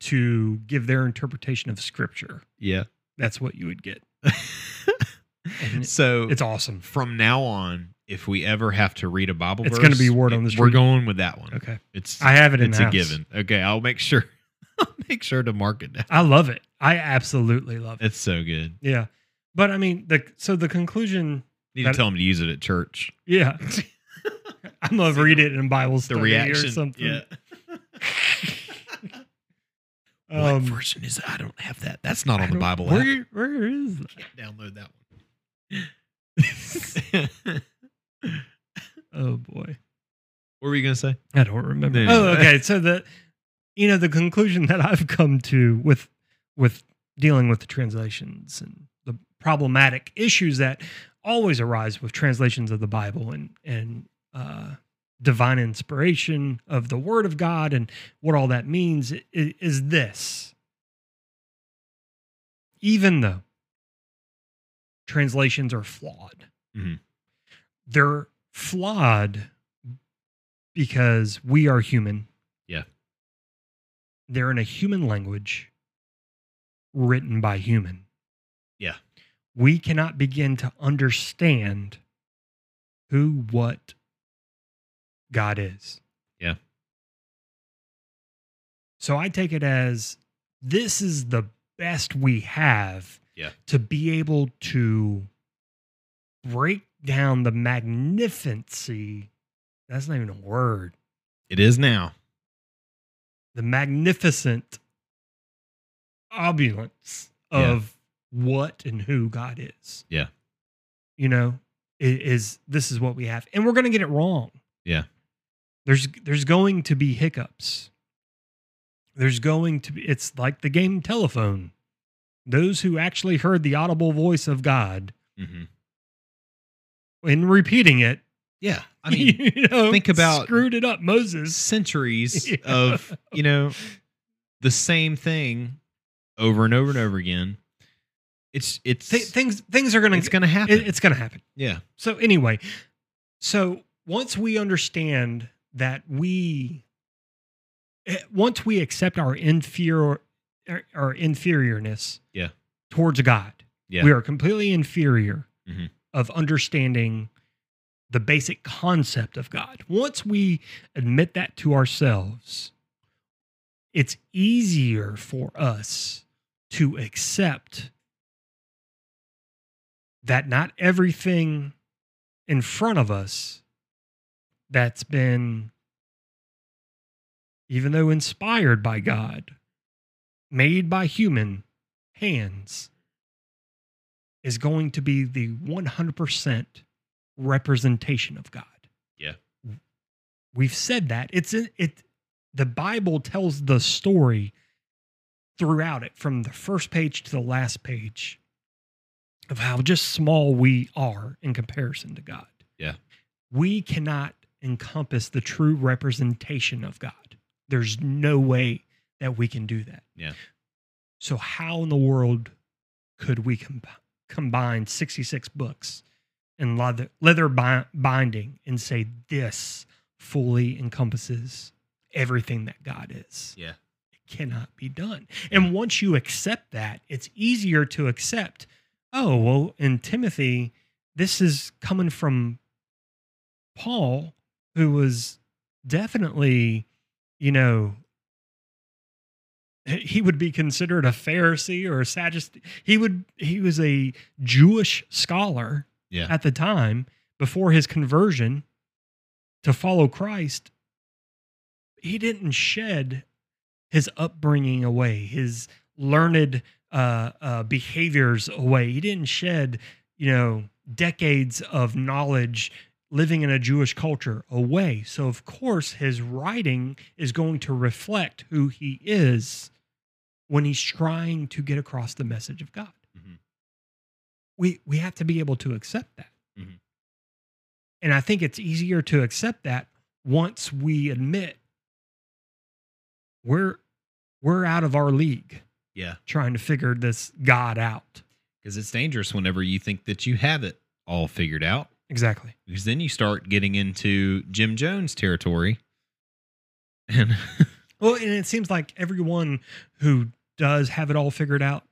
Speaker 1: to give their interpretation of scripture,
Speaker 4: yeah.
Speaker 1: that's what you would get. And it-
Speaker 4: so
Speaker 1: it's awesome.
Speaker 4: from now on, if we ever have to read a Bible
Speaker 1: It's
Speaker 4: verse,
Speaker 1: gonna be word on the
Speaker 4: We're
Speaker 1: street.
Speaker 4: going with that one.
Speaker 1: Okay.
Speaker 4: It's
Speaker 1: I have it in
Speaker 4: it's
Speaker 1: the
Speaker 4: a
Speaker 1: house.
Speaker 4: given. Okay, I'll make sure I'll make sure to mark it down.
Speaker 1: I love it. I absolutely love it.
Speaker 4: It's so good.
Speaker 1: Yeah. But I mean, the so the conclusion,
Speaker 4: Need
Speaker 1: That-
Speaker 4: to tell them to use it at church.
Speaker 1: yeah. I'm gonna read it in Bible
Speaker 4: The
Speaker 1: study
Speaker 4: reaction
Speaker 1: or something.
Speaker 4: Yeah. what
Speaker 1: Um,
Speaker 4: version is it? I don't have that. That's not
Speaker 1: I
Speaker 4: on the
Speaker 1: don't-
Speaker 4: Bible app.
Speaker 1: Where, where is that?
Speaker 4: Can't download that one.
Speaker 1: Oh boy,
Speaker 4: what were you gonna say?
Speaker 1: I don't remember.
Speaker 4: Anyway.
Speaker 1: Oh, okay. So the, you know, the conclusion that I've come to with, with dealing with the translations and the problematic issues that always arise with translations of the Bible and and uh, divine inspiration of the Word of God and what all that means i- is this. Even though translations are flawed,
Speaker 4: Mhm.
Speaker 1: they're flawed because we are human.
Speaker 4: Yeah.
Speaker 1: They're in a human language written by human.
Speaker 4: Yeah.
Speaker 1: We cannot begin to understand who, what God is.
Speaker 4: Yeah.
Speaker 1: So I take it as this is the best we have
Speaker 4: Yeah.
Speaker 1: to be able to break down the magnificency. That's not even a word.
Speaker 4: It is now.
Speaker 1: The magnificent opulence
Speaker 4: Yeah.
Speaker 1: of what and who God is.
Speaker 4: Yeah.
Speaker 1: You know, i- is this is what we have. And we're gonna get it wrong.
Speaker 4: Yeah.
Speaker 1: There's there's going to be hiccups. There's going to be it's like the game telephone. Those who actually heard the audible voice of God
Speaker 4: Mm-hmm.
Speaker 1: in repeating it
Speaker 4: Yeah, I mean
Speaker 1: you know,
Speaker 4: think about-
Speaker 1: screwed it up, Moses.
Speaker 4: centuries
Speaker 1: Yeah.
Speaker 4: of you know the same thing over and over and over again. It's it's
Speaker 1: Th- things things are gonna
Speaker 4: it's gonna happen.
Speaker 1: it- it's gonna happen.
Speaker 4: yeah,
Speaker 1: So anyway, so once we understand that we, eh, once we accept our inferior, our- our inferiorness,
Speaker 4: Yeah.
Speaker 1: towards God,
Speaker 4: Yeah.
Speaker 1: we are completely inferior
Speaker 4: Mhm.
Speaker 1: of understanding the basic concept of God. Once we admit that to ourselves, it's easier for us to accept that not everything in front of us that's been, even though inspired by God, made by human hands, is going to be the 100% representation of God.
Speaker 4: Yeah.
Speaker 1: We've said that. It's in it. The Bible tells the story throughout it from the first page to the last page of how just small we are in comparison to God.
Speaker 4: Yeah.
Speaker 1: We cannot encompass the true representation of God. There's no way that we can do that.
Speaker 4: Yeah.
Speaker 1: So, how in the world could we com- combine 66 books in leather, leather bi- binding and say this fully encompasses everything that God is?
Speaker 4: Yeah.
Speaker 1: It cannot be done. And once you accept that, it's easier to accept oh well in timothy this is coming from paul who was definitely you know he would be considered a pharisee or a sadducee he would he was a jewish scholar
Speaker 4: Yeah.
Speaker 1: at the time before his conversion to follow christ he didn't shed his upbringing away his learned uh, uh, behaviors away. He didn't shed, you know, decades of knowledge living in a Jewish culture away. So, of course, his writing is going to reflect who he is when he's trying to get across the message of God.
Speaker 4: Mhm.
Speaker 1: We, we have to be able to accept that.
Speaker 4: Mhm.
Speaker 1: And I think it's easier to accept that once we admit we're we're out of our league
Speaker 4: yeah.
Speaker 1: trying to figure this God out.
Speaker 4: Because it's dangerous whenever you think that you have it all figured out.
Speaker 1: Exactly.
Speaker 4: Because then you start getting into Jim Jones territory. And
Speaker 1: Well, and it seems like everyone who does have it all figured out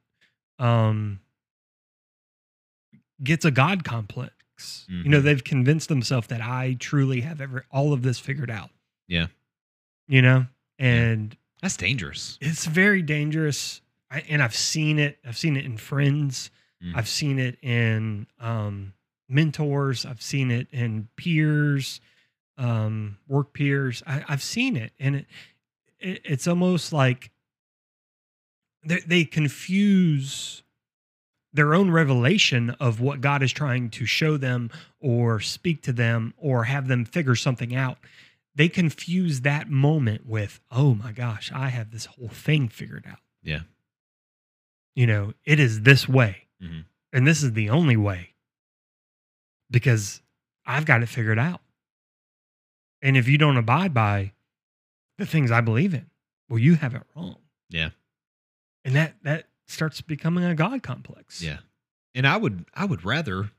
Speaker 1: um, gets a God complex. You know,
Speaker 4: Mhm.
Speaker 1: they've convinced themselves that I truly have ever all of this figured out.
Speaker 4: Yeah.
Speaker 1: You know, and
Speaker 4: that's dangerous.
Speaker 1: it's very dangerous. I, and I've seen it. I've seen it in friends.
Speaker 4: Mm.
Speaker 1: I've seen it in um, mentors. I've seen it in peers, um, work peers. I, I've seen it, and it, it, it's almost like they, they confuse their own revelation of what God is trying to show them or speak to them or have them figure something out. They confuse that moment with, oh my gosh, I have this whole thing figured out.
Speaker 4: Yeah.
Speaker 1: You know, it is this way.
Speaker 4: Mhm.
Speaker 1: And this is the only way because I've got it figured out. And if you don't abide by the things I believe in, well, you have it wrong.
Speaker 4: Yeah.
Speaker 1: And that, that, starts becoming a god complex
Speaker 4: Yeah. And I would I would rather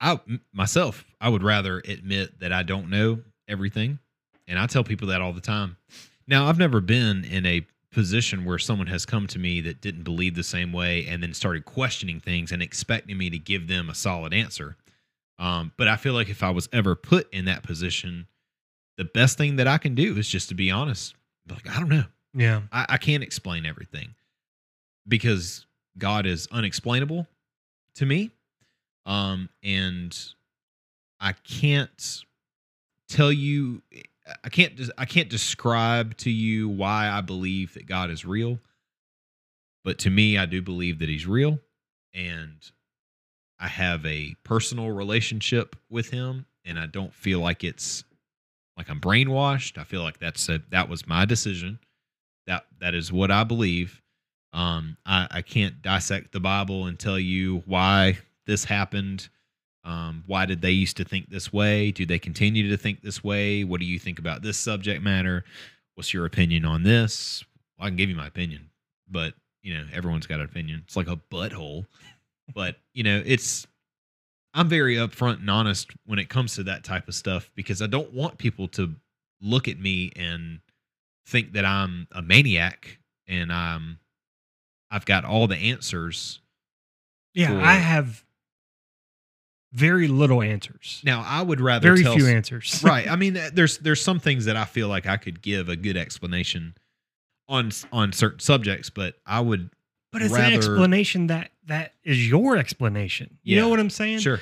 Speaker 4: I m- myself I would rather admit that I don't know everything. And I tell people that all the time. Now, I've never been in a position where someone has come to me that didn't believe the same way and then started questioning things and expecting me to give them a solid answer. Um, but I feel like if I was ever put in that position, the best thing that I can do is just to be honest. Be Like, I don't know.
Speaker 1: yeah
Speaker 4: I, I can't explain everything because God is unexplainable to me. Um, and I can't tell you, I can't, des- I can't describe to you why I believe that God is real. But to me, I do believe that He's real, and I have a personal relationship with Him, and I don't feel like it's like I'm brainwashed. I feel like that's a, that was my decision that that is what I believe. Um, I, I can't dissect the Bible and tell you why this happened. Um, why did they used to think this way? Do they continue to think this way? What do you think about this subject matter? What's your opinion on this? Well, I can give you my opinion, but you know everyone's got an opinion. It's like a butthole, but you know it's. I'm very upfront and honest when it comes to that type of stuff because I don't want people to look at me and think that I'm a maniac and I'm I've got all the answers.
Speaker 1: yeah
Speaker 4: for-
Speaker 1: i have very little answers
Speaker 4: Now I would rather
Speaker 1: very
Speaker 4: tell
Speaker 1: few
Speaker 4: s-
Speaker 1: answers
Speaker 4: right. I mean, uh, there's there's some things that I feel like I could give a good explanation on s- on certain subjects, but I would
Speaker 1: but it's an
Speaker 4: rather-
Speaker 1: explanation that that is your explanation you
Speaker 4: Yeah,
Speaker 1: know what i'm saying
Speaker 4: sure.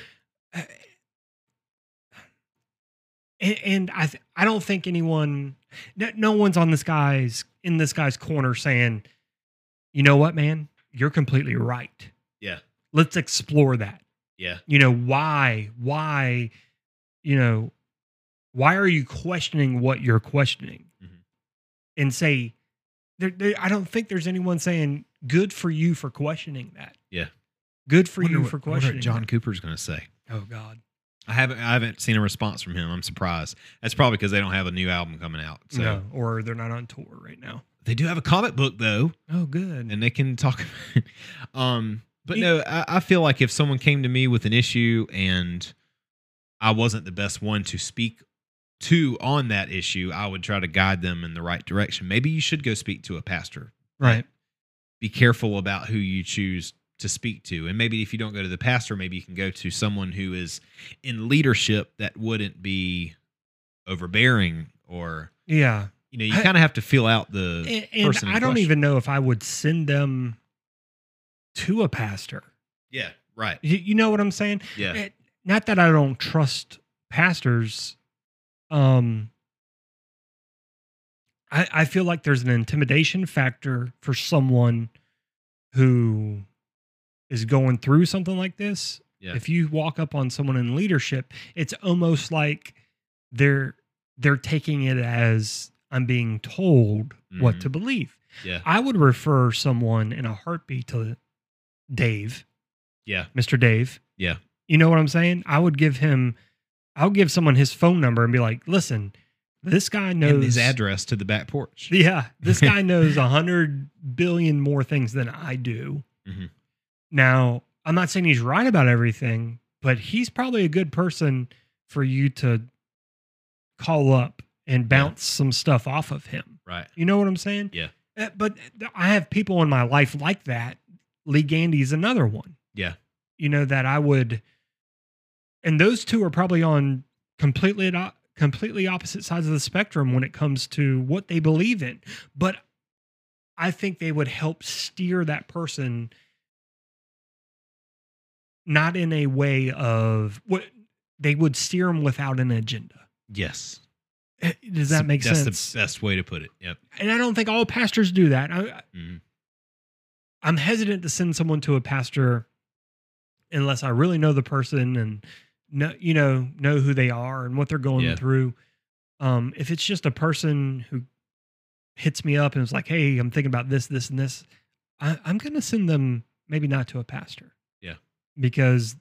Speaker 1: and, and I th- I don't think anyone, no, no one's on this guy's in this guy's corner saying, you know what, man, you're completely right.
Speaker 4: Yeah.
Speaker 1: let's explore that.
Speaker 4: Yeah.
Speaker 1: you know why? Why? You know, why are you questioning what you're questioning?
Speaker 4: Mhm.
Speaker 1: And say, there, there, I don't think there's anyone saying good for you for questioning that.
Speaker 4: Yeah.
Speaker 1: good for
Speaker 4: Wonder
Speaker 1: you
Speaker 4: what-
Speaker 1: for
Speaker 4: wonder what
Speaker 1: questioning.
Speaker 4: John
Speaker 1: that.
Speaker 4: Cooper's going to say.
Speaker 1: Oh God.
Speaker 4: I haven't I haven't seen a response from him. I'm surprised. That's probably because they don't have a new album coming out. So
Speaker 1: no, or they're not on tour right now.
Speaker 4: they do have a comic book though.
Speaker 1: Oh, good.
Speaker 4: and they can talk about it. um but
Speaker 1: You-
Speaker 4: no I, I feel like if someone came to me with an issue and i wasn't the best one to speak to on that issue i would try to guide them in the right direction maybe you should go speak to a pastor
Speaker 1: right.
Speaker 4: be careful about who you choose to speak to and maybe if you don't go to the pastor maybe you can go to someone who is in leadership that wouldn't be overbearing or
Speaker 1: Yeah.
Speaker 4: you know you
Speaker 1: I-
Speaker 4: kind of have to feel out the
Speaker 1: and, and
Speaker 4: person in
Speaker 1: I don't
Speaker 4: question.
Speaker 1: even know if I would send them to a pastor.
Speaker 4: yeah right
Speaker 1: You, you know what I'm saying?
Speaker 4: yeah
Speaker 1: Eh, Not that I don't trust pastors. Um, I I feel like there's an intimidation factor for someone who is going through something like this.
Speaker 4: Yeah.
Speaker 1: If you walk up on someone in leadership, it's almost like they're they're taking it as I'm being told what
Speaker 4: Mhm.
Speaker 1: to believe.
Speaker 4: yeah
Speaker 1: I would refer someone in a heartbeat to Dave,
Speaker 4: yeah
Speaker 1: Mr. Dave.
Speaker 4: Yeah.
Speaker 1: You know what I'm saying? I would give him, I'll give someone his phone number and be like, listen, this guy knows
Speaker 4: and his address to the back porch.
Speaker 1: Yeah. This guy knows a hundred billion more things than I do.
Speaker 4: Mhm.
Speaker 1: Now, I'm not saying he's right about everything, but he's probably a good person for you to call up and bounce some stuff off of him.
Speaker 4: Right.
Speaker 1: You know what I'm saying?
Speaker 4: Yeah.
Speaker 1: Uh, But th- I have people in my life like that. Lee Gandy's another one.
Speaker 4: Yeah.
Speaker 1: You know that I would, and those two are probably on completely at o- completely opposite sides of the spectrum when it comes to what they believe in. But I think they would help steer that person, not in a way of what they would steer them without an agenda.
Speaker 4: Yes.
Speaker 1: Eh, Does that make
Speaker 4: That's
Speaker 1: sense?
Speaker 4: the best way to put it. Yep.
Speaker 1: and I don't think all pastors do that. I,
Speaker 4: Mhm.
Speaker 1: I'm hesitant to send someone to a pastor unless I really know the person and know you know know who they are and what they're going
Speaker 4: Yeah.
Speaker 1: through. Um, if it's just a person who hits me up and is like, "Hey, I'm thinking about this, this, and this," I, I'm going to send them maybe not to a pastor.
Speaker 4: Yeah.
Speaker 1: because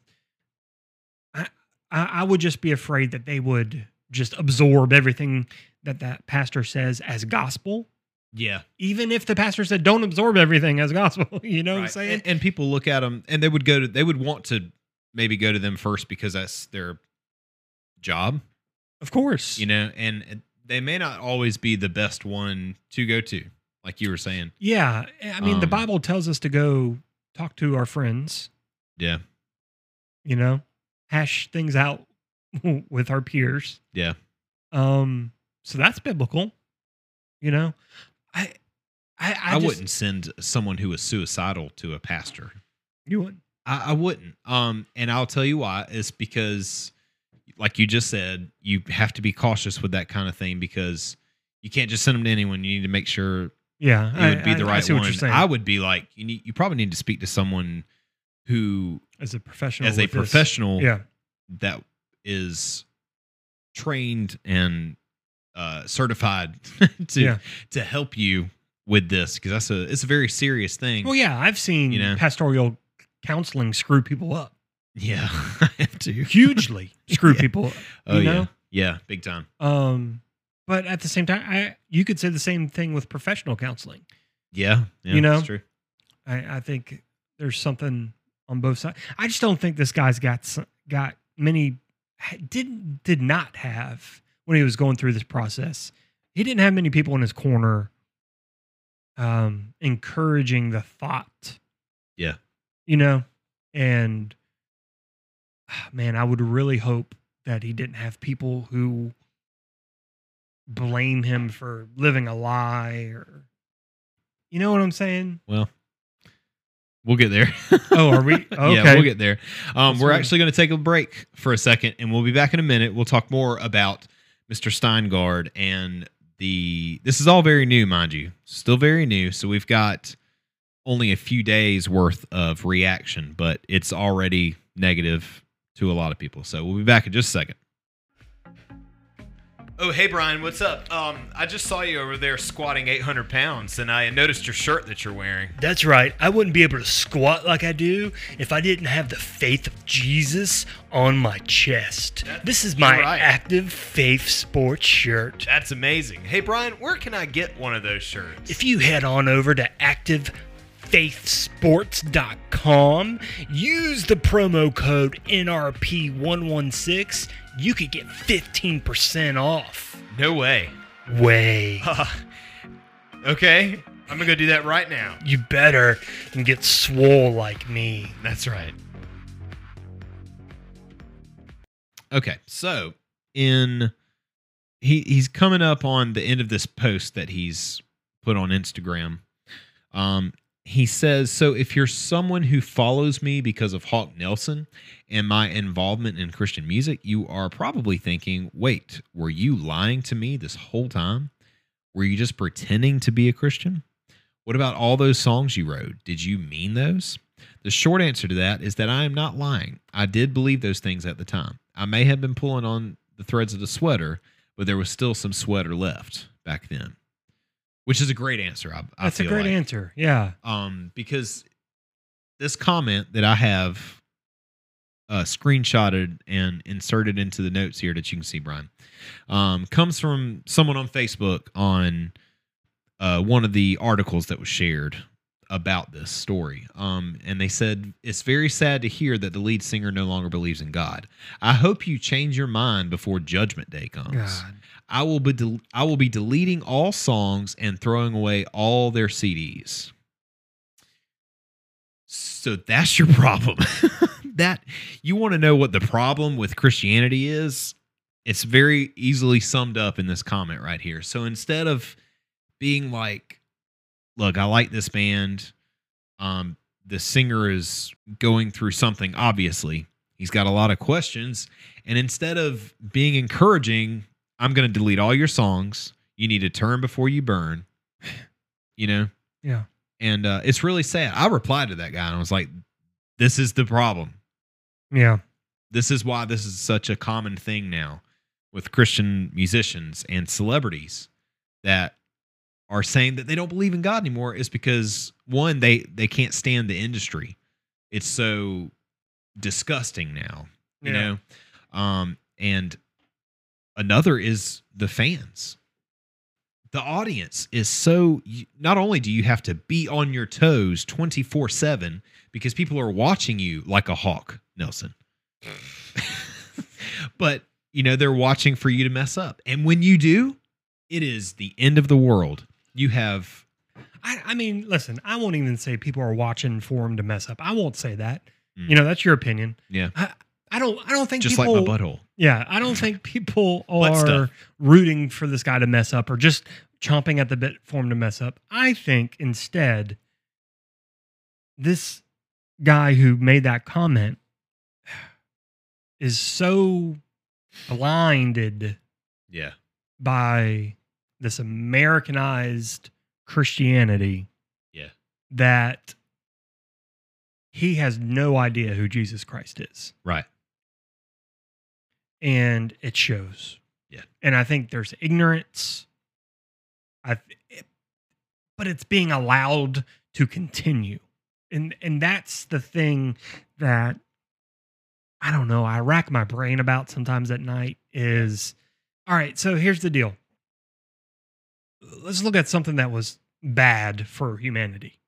Speaker 1: I, I I would just be afraid that they would just absorb everything that that pastor says as gospel
Speaker 4: Yeah.
Speaker 1: even if the pastor said don't absorb everything as gospel you know what i'm
Speaker 4: Right.
Speaker 1: saying
Speaker 4: And, and people look at them and they would go to they would want to maybe go to them first because that's their job,
Speaker 1: of course
Speaker 4: you know, and they may not always be the best one to go to, like you were saying.
Speaker 1: yeah i mean the
Speaker 4: Um,
Speaker 1: bible tells us to go talk to our friends
Speaker 4: Yeah.
Speaker 1: you know hash things out with our peers
Speaker 4: Yeah.
Speaker 1: um so that's biblical you know i i i,
Speaker 4: I,
Speaker 1: just-
Speaker 4: wouldn't send someone who is suicidal to a pastor.
Speaker 1: you wouldn't
Speaker 4: I, I wouldn't. Um, and I'll tell you why. It's because, like you just said, you have to be cautious with that kind of thing because you can't just send them to anyone. You need to make sure
Speaker 1: yeah
Speaker 4: it would be
Speaker 1: I,
Speaker 4: the
Speaker 1: I- I
Speaker 4: right
Speaker 1: see what
Speaker 4: one.
Speaker 1: you're saying
Speaker 4: I would be like, you need, you probably need to speak to someone who,
Speaker 1: as a professional
Speaker 4: as a
Speaker 1: with this.
Speaker 4: professional,
Speaker 1: yeah
Speaker 4: that is trained and uh, certified to
Speaker 1: Yeah.
Speaker 4: to help you with this because that's a it's a very serious thing.
Speaker 1: well yeah i've seen
Speaker 4: You know?
Speaker 1: pastoral counseling screw people up
Speaker 4: yeah, I have to.
Speaker 1: hugely screw
Speaker 4: Yeah.
Speaker 1: people up
Speaker 4: Oh
Speaker 1: you
Speaker 4: yeah,
Speaker 1: know?
Speaker 4: yeah, big time.
Speaker 1: Um, but at the same time, I you could say the same thing with professional counseling.
Speaker 4: Yeah, yeah
Speaker 1: You know?
Speaker 4: that's true.
Speaker 1: I, I think there's something on both sides. I just don't think this guy's got s- got many didn't did not have when he was going through this process. He didn't have many people in his corner, um, encouraging the thought.
Speaker 4: Yeah.
Speaker 1: you know, and ah, man, I would really hope that he didn't have people who blame him for living a lie or you know what I'm saying?
Speaker 4: Well, we'll get there.
Speaker 1: Oh, are we?
Speaker 4: yeah,
Speaker 1: Okay.
Speaker 4: we'll get there. Um,
Speaker 1: That's
Speaker 4: we're
Speaker 1: right.
Speaker 4: actually going to take a break for a second, and we'll be back in a minute. We'll talk more about Mr. Steingard and the. This is all very new, mind you, still very new. So we've got only a few days worth of reaction, but it's already negative to a lot of people. So we'll be back in just a second.
Speaker 5: Oh, hey, Brian, what's up? Um, I just saw you over there squatting 800 pounds, and I noticed your shirt that you're wearing.
Speaker 7: That's right. I wouldn't be able to squat like I do if I didn't have the faith of Jesus on my chest. This is my
Speaker 5: you're right.
Speaker 7: active faith sports shirt.
Speaker 5: That's amazing. Hey, Brian, where can I get one of those shirts?
Speaker 7: If you head on over to activefaithsports.com, use the promo code NRP116, you could get 15% off.
Speaker 5: no way.
Speaker 7: Way.
Speaker 5: Okay, I'm gonna go do that right now.
Speaker 7: You better and get swole like me.
Speaker 5: That's right.
Speaker 4: Okay, so in he he's coming up on the end of this post that he's put on Instagram. Um, he says, "So if you're someone who follows me because of Hawk Nelson and my involvement in Christian music, you are probably thinking, wait, were you lying to me this whole time? Were you just pretending to be a Christian? What about all those songs you wrote? Did you mean those?" The short answer to that is that I am not lying. I did believe those things at the time. I may have been pulling on the threads of the sweater, but there was still some sweater left back then, which is a great answer. I, I
Speaker 1: That's a
Speaker 4: feel
Speaker 1: great
Speaker 4: like.
Speaker 1: answer. Yeah.
Speaker 4: Um, because this comment that I have uh, screenshotted and inserted into the notes here that you can see, Brian, um, comes from someone on Facebook on uh, one of the articles that was shared about this story. Um, and they said, It's very sad to hear that the lead singer no longer believes in God. I hope you change your mind before Judgment Day comes. I will be del- I will be deleting all songs and throwing away all their CDs. So that's your problem. that you want to know what the problem with Christianity is? It's very easily summed up in this comment right here. So instead of being like, look, I like this band. Um, the singer is going through something, obviously. He's got a lot of questions. And instead of being encouraging, I'm going to delete all your songs. You need to turn before you burn. You know?
Speaker 1: Yeah.
Speaker 4: and uh, it's really sad. I replied to that guy and I was like, "This is the problem.
Speaker 1: Yeah.
Speaker 4: This is why this is such a common thing now with Christian musicians and celebrities that are saying that they don't believe in God anymore is because one they they can't stand the industry. It's so disgusting now, you
Speaker 1: Yeah.
Speaker 4: know. Um and another is the fans. The audience is so you- not only do you have to be on your toes 24/7 because people are watching you like a hawk, Nelson. but you know they're watching for you to mess up. And when you do, it is the end of the world. You have
Speaker 1: I, I mean, listen, I won't even say people are watching for him to mess up. I won't say that.
Speaker 4: Mm.
Speaker 1: You know, that's your opinion.
Speaker 4: Yeah.
Speaker 1: I, I don't I don't think
Speaker 4: just
Speaker 1: people
Speaker 4: like my butthole.
Speaker 1: Yeah, I don't think people
Speaker 4: Butt
Speaker 1: are
Speaker 4: stuff.
Speaker 1: rooting for this guy to mess up or just chomping at the bit for him to mess up. I think instead, this guy who made that comment is so blinded
Speaker 4: Yeah.
Speaker 1: by this Americanized Christianity.
Speaker 4: Yeah.
Speaker 1: That he has no idea who Jesus Christ is
Speaker 4: Right.
Speaker 1: and it shows.
Speaker 4: Yeah.
Speaker 1: And I think there's ignorance. I th- it, but it's being allowed to continue. And and that's the thing that I don't know, I rack my brain about sometimes at night is all right, so here's the deal. Let's look at something that was bad for humanity.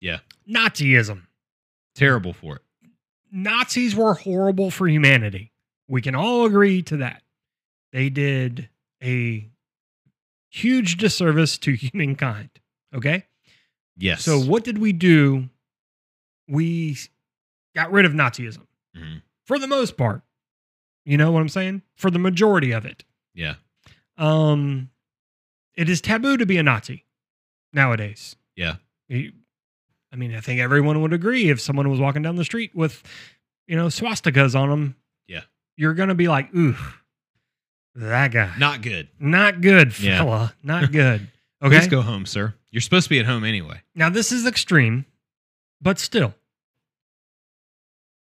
Speaker 4: Yeah.
Speaker 1: Nazism.
Speaker 4: Terrible for it.
Speaker 1: Nazis were horrible for humanity. We can all agree to that. They did a huge disservice to humankind. Okay.
Speaker 4: Yes.
Speaker 1: So, what did we do? We got rid of Nazism
Speaker 4: Mhm.
Speaker 1: for the most part. You know what I'm saying? For the majority of it.
Speaker 4: Yeah.
Speaker 1: Um, it is taboo to be a Nazi nowadays.
Speaker 4: Yeah.
Speaker 1: You- I mean, I think everyone would agree if someone was walking down the street with, you know, swastikas on them.
Speaker 4: Yeah.
Speaker 1: You're going to be like, ooh, that guy. Not,
Speaker 4: Not good.
Speaker 1: good,
Speaker 4: Yeah.
Speaker 1: fella. Not good.
Speaker 4: Please
Speaker 1: Okay.
Speaker 4: go home, sir. You're supposed to be at home anyway.
Speaker 1: Now, this is extreme, but still,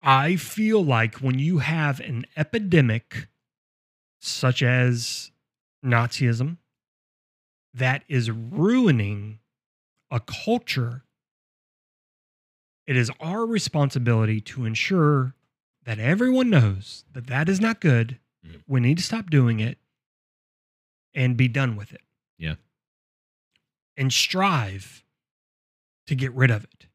Speaker 1: I feel like when you have an epidemic such as Nazism that is ruining a culture, it is our responsibility to ensure that everyone knows that that is not good.
Speaker 4: Mhm.
Speaker 1: We need to stop doing it and be done with it.
Speaker 4: Yeah.
Speaker 1: And strive to get rid of it.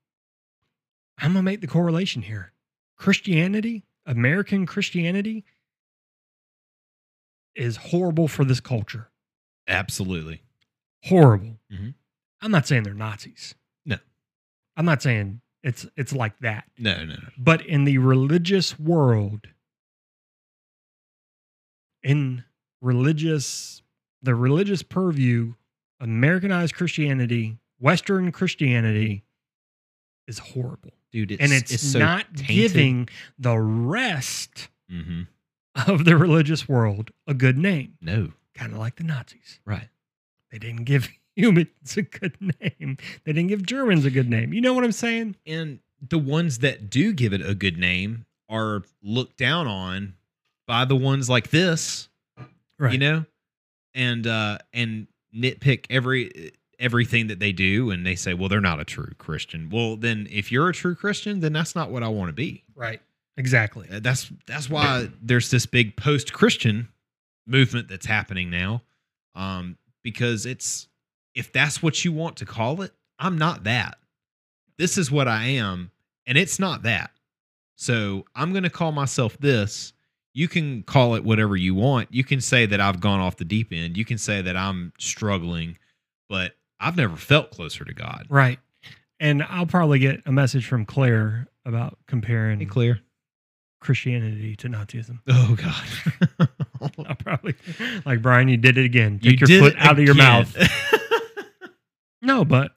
Speaker 1: I'm going to make the correlation here. Christianity, American Christianity, is horrible for this culture.
Speaker 4: Absolutely.
Speaker 1: Horrible.
Speaker 4: Mhm.
Speaker 1: I'm not saying they're Nazis.
Speaker 4: No.
Speaker 1: I'm not saying it's it's like that.
Speaker 4: No, no, no.
Speaker 1: But in the religious world, in religious, the religious purview, Americanized Christianity, Western Christianity is horrible.
Speaker 4: Dude, it's
Speaker 1: and it's, not giving the rest
Speaker 4: Mm-hmm.
Speaker 1: of the religious world a good name,
Speaker 4: No.
Speaker 1: kind of like the Nazis.
Speaker 4: Right.
Speaker 1: They didn't give humans a good name, they didn't give Germans a good name. You know what I'm saying?
Speaker 4: And the ones that do give it a good name are looked down on by the ones like this, you know? And uh and nitpick every everything that they do and they say, "Well, they're not a true Christian." Well, then if you're a true Christian, then that's not what I want to be.
Speaker 1: Right. Exactly.
Speaker 4: Uh, that's that's why there's this big post-christian movement that's happening now um because it's if that's what you want to call it i'm not that this is what i am and it's not that so i'm going to call myself this you can call it whatever you want you can say that i've gone off the deep end you can say that i'm struggling but i've never felt closer to god
Speaker 1: Right. And I'll probably get a message from Claire about comparing
Speaker 4: Hey, clear
Speaker 1: Christianity to Nazism.
Speaker 4: oh god
Speaker 1: I'll probably like Brian, you did it again.
Speaker 4: You
Speaker 1: Take
Speaker 4: did
Speaker 1: your foot
Speaker 4: it
Speaker 1: out of your
Speaker 4: again.
Speaker 1: mouth. No, but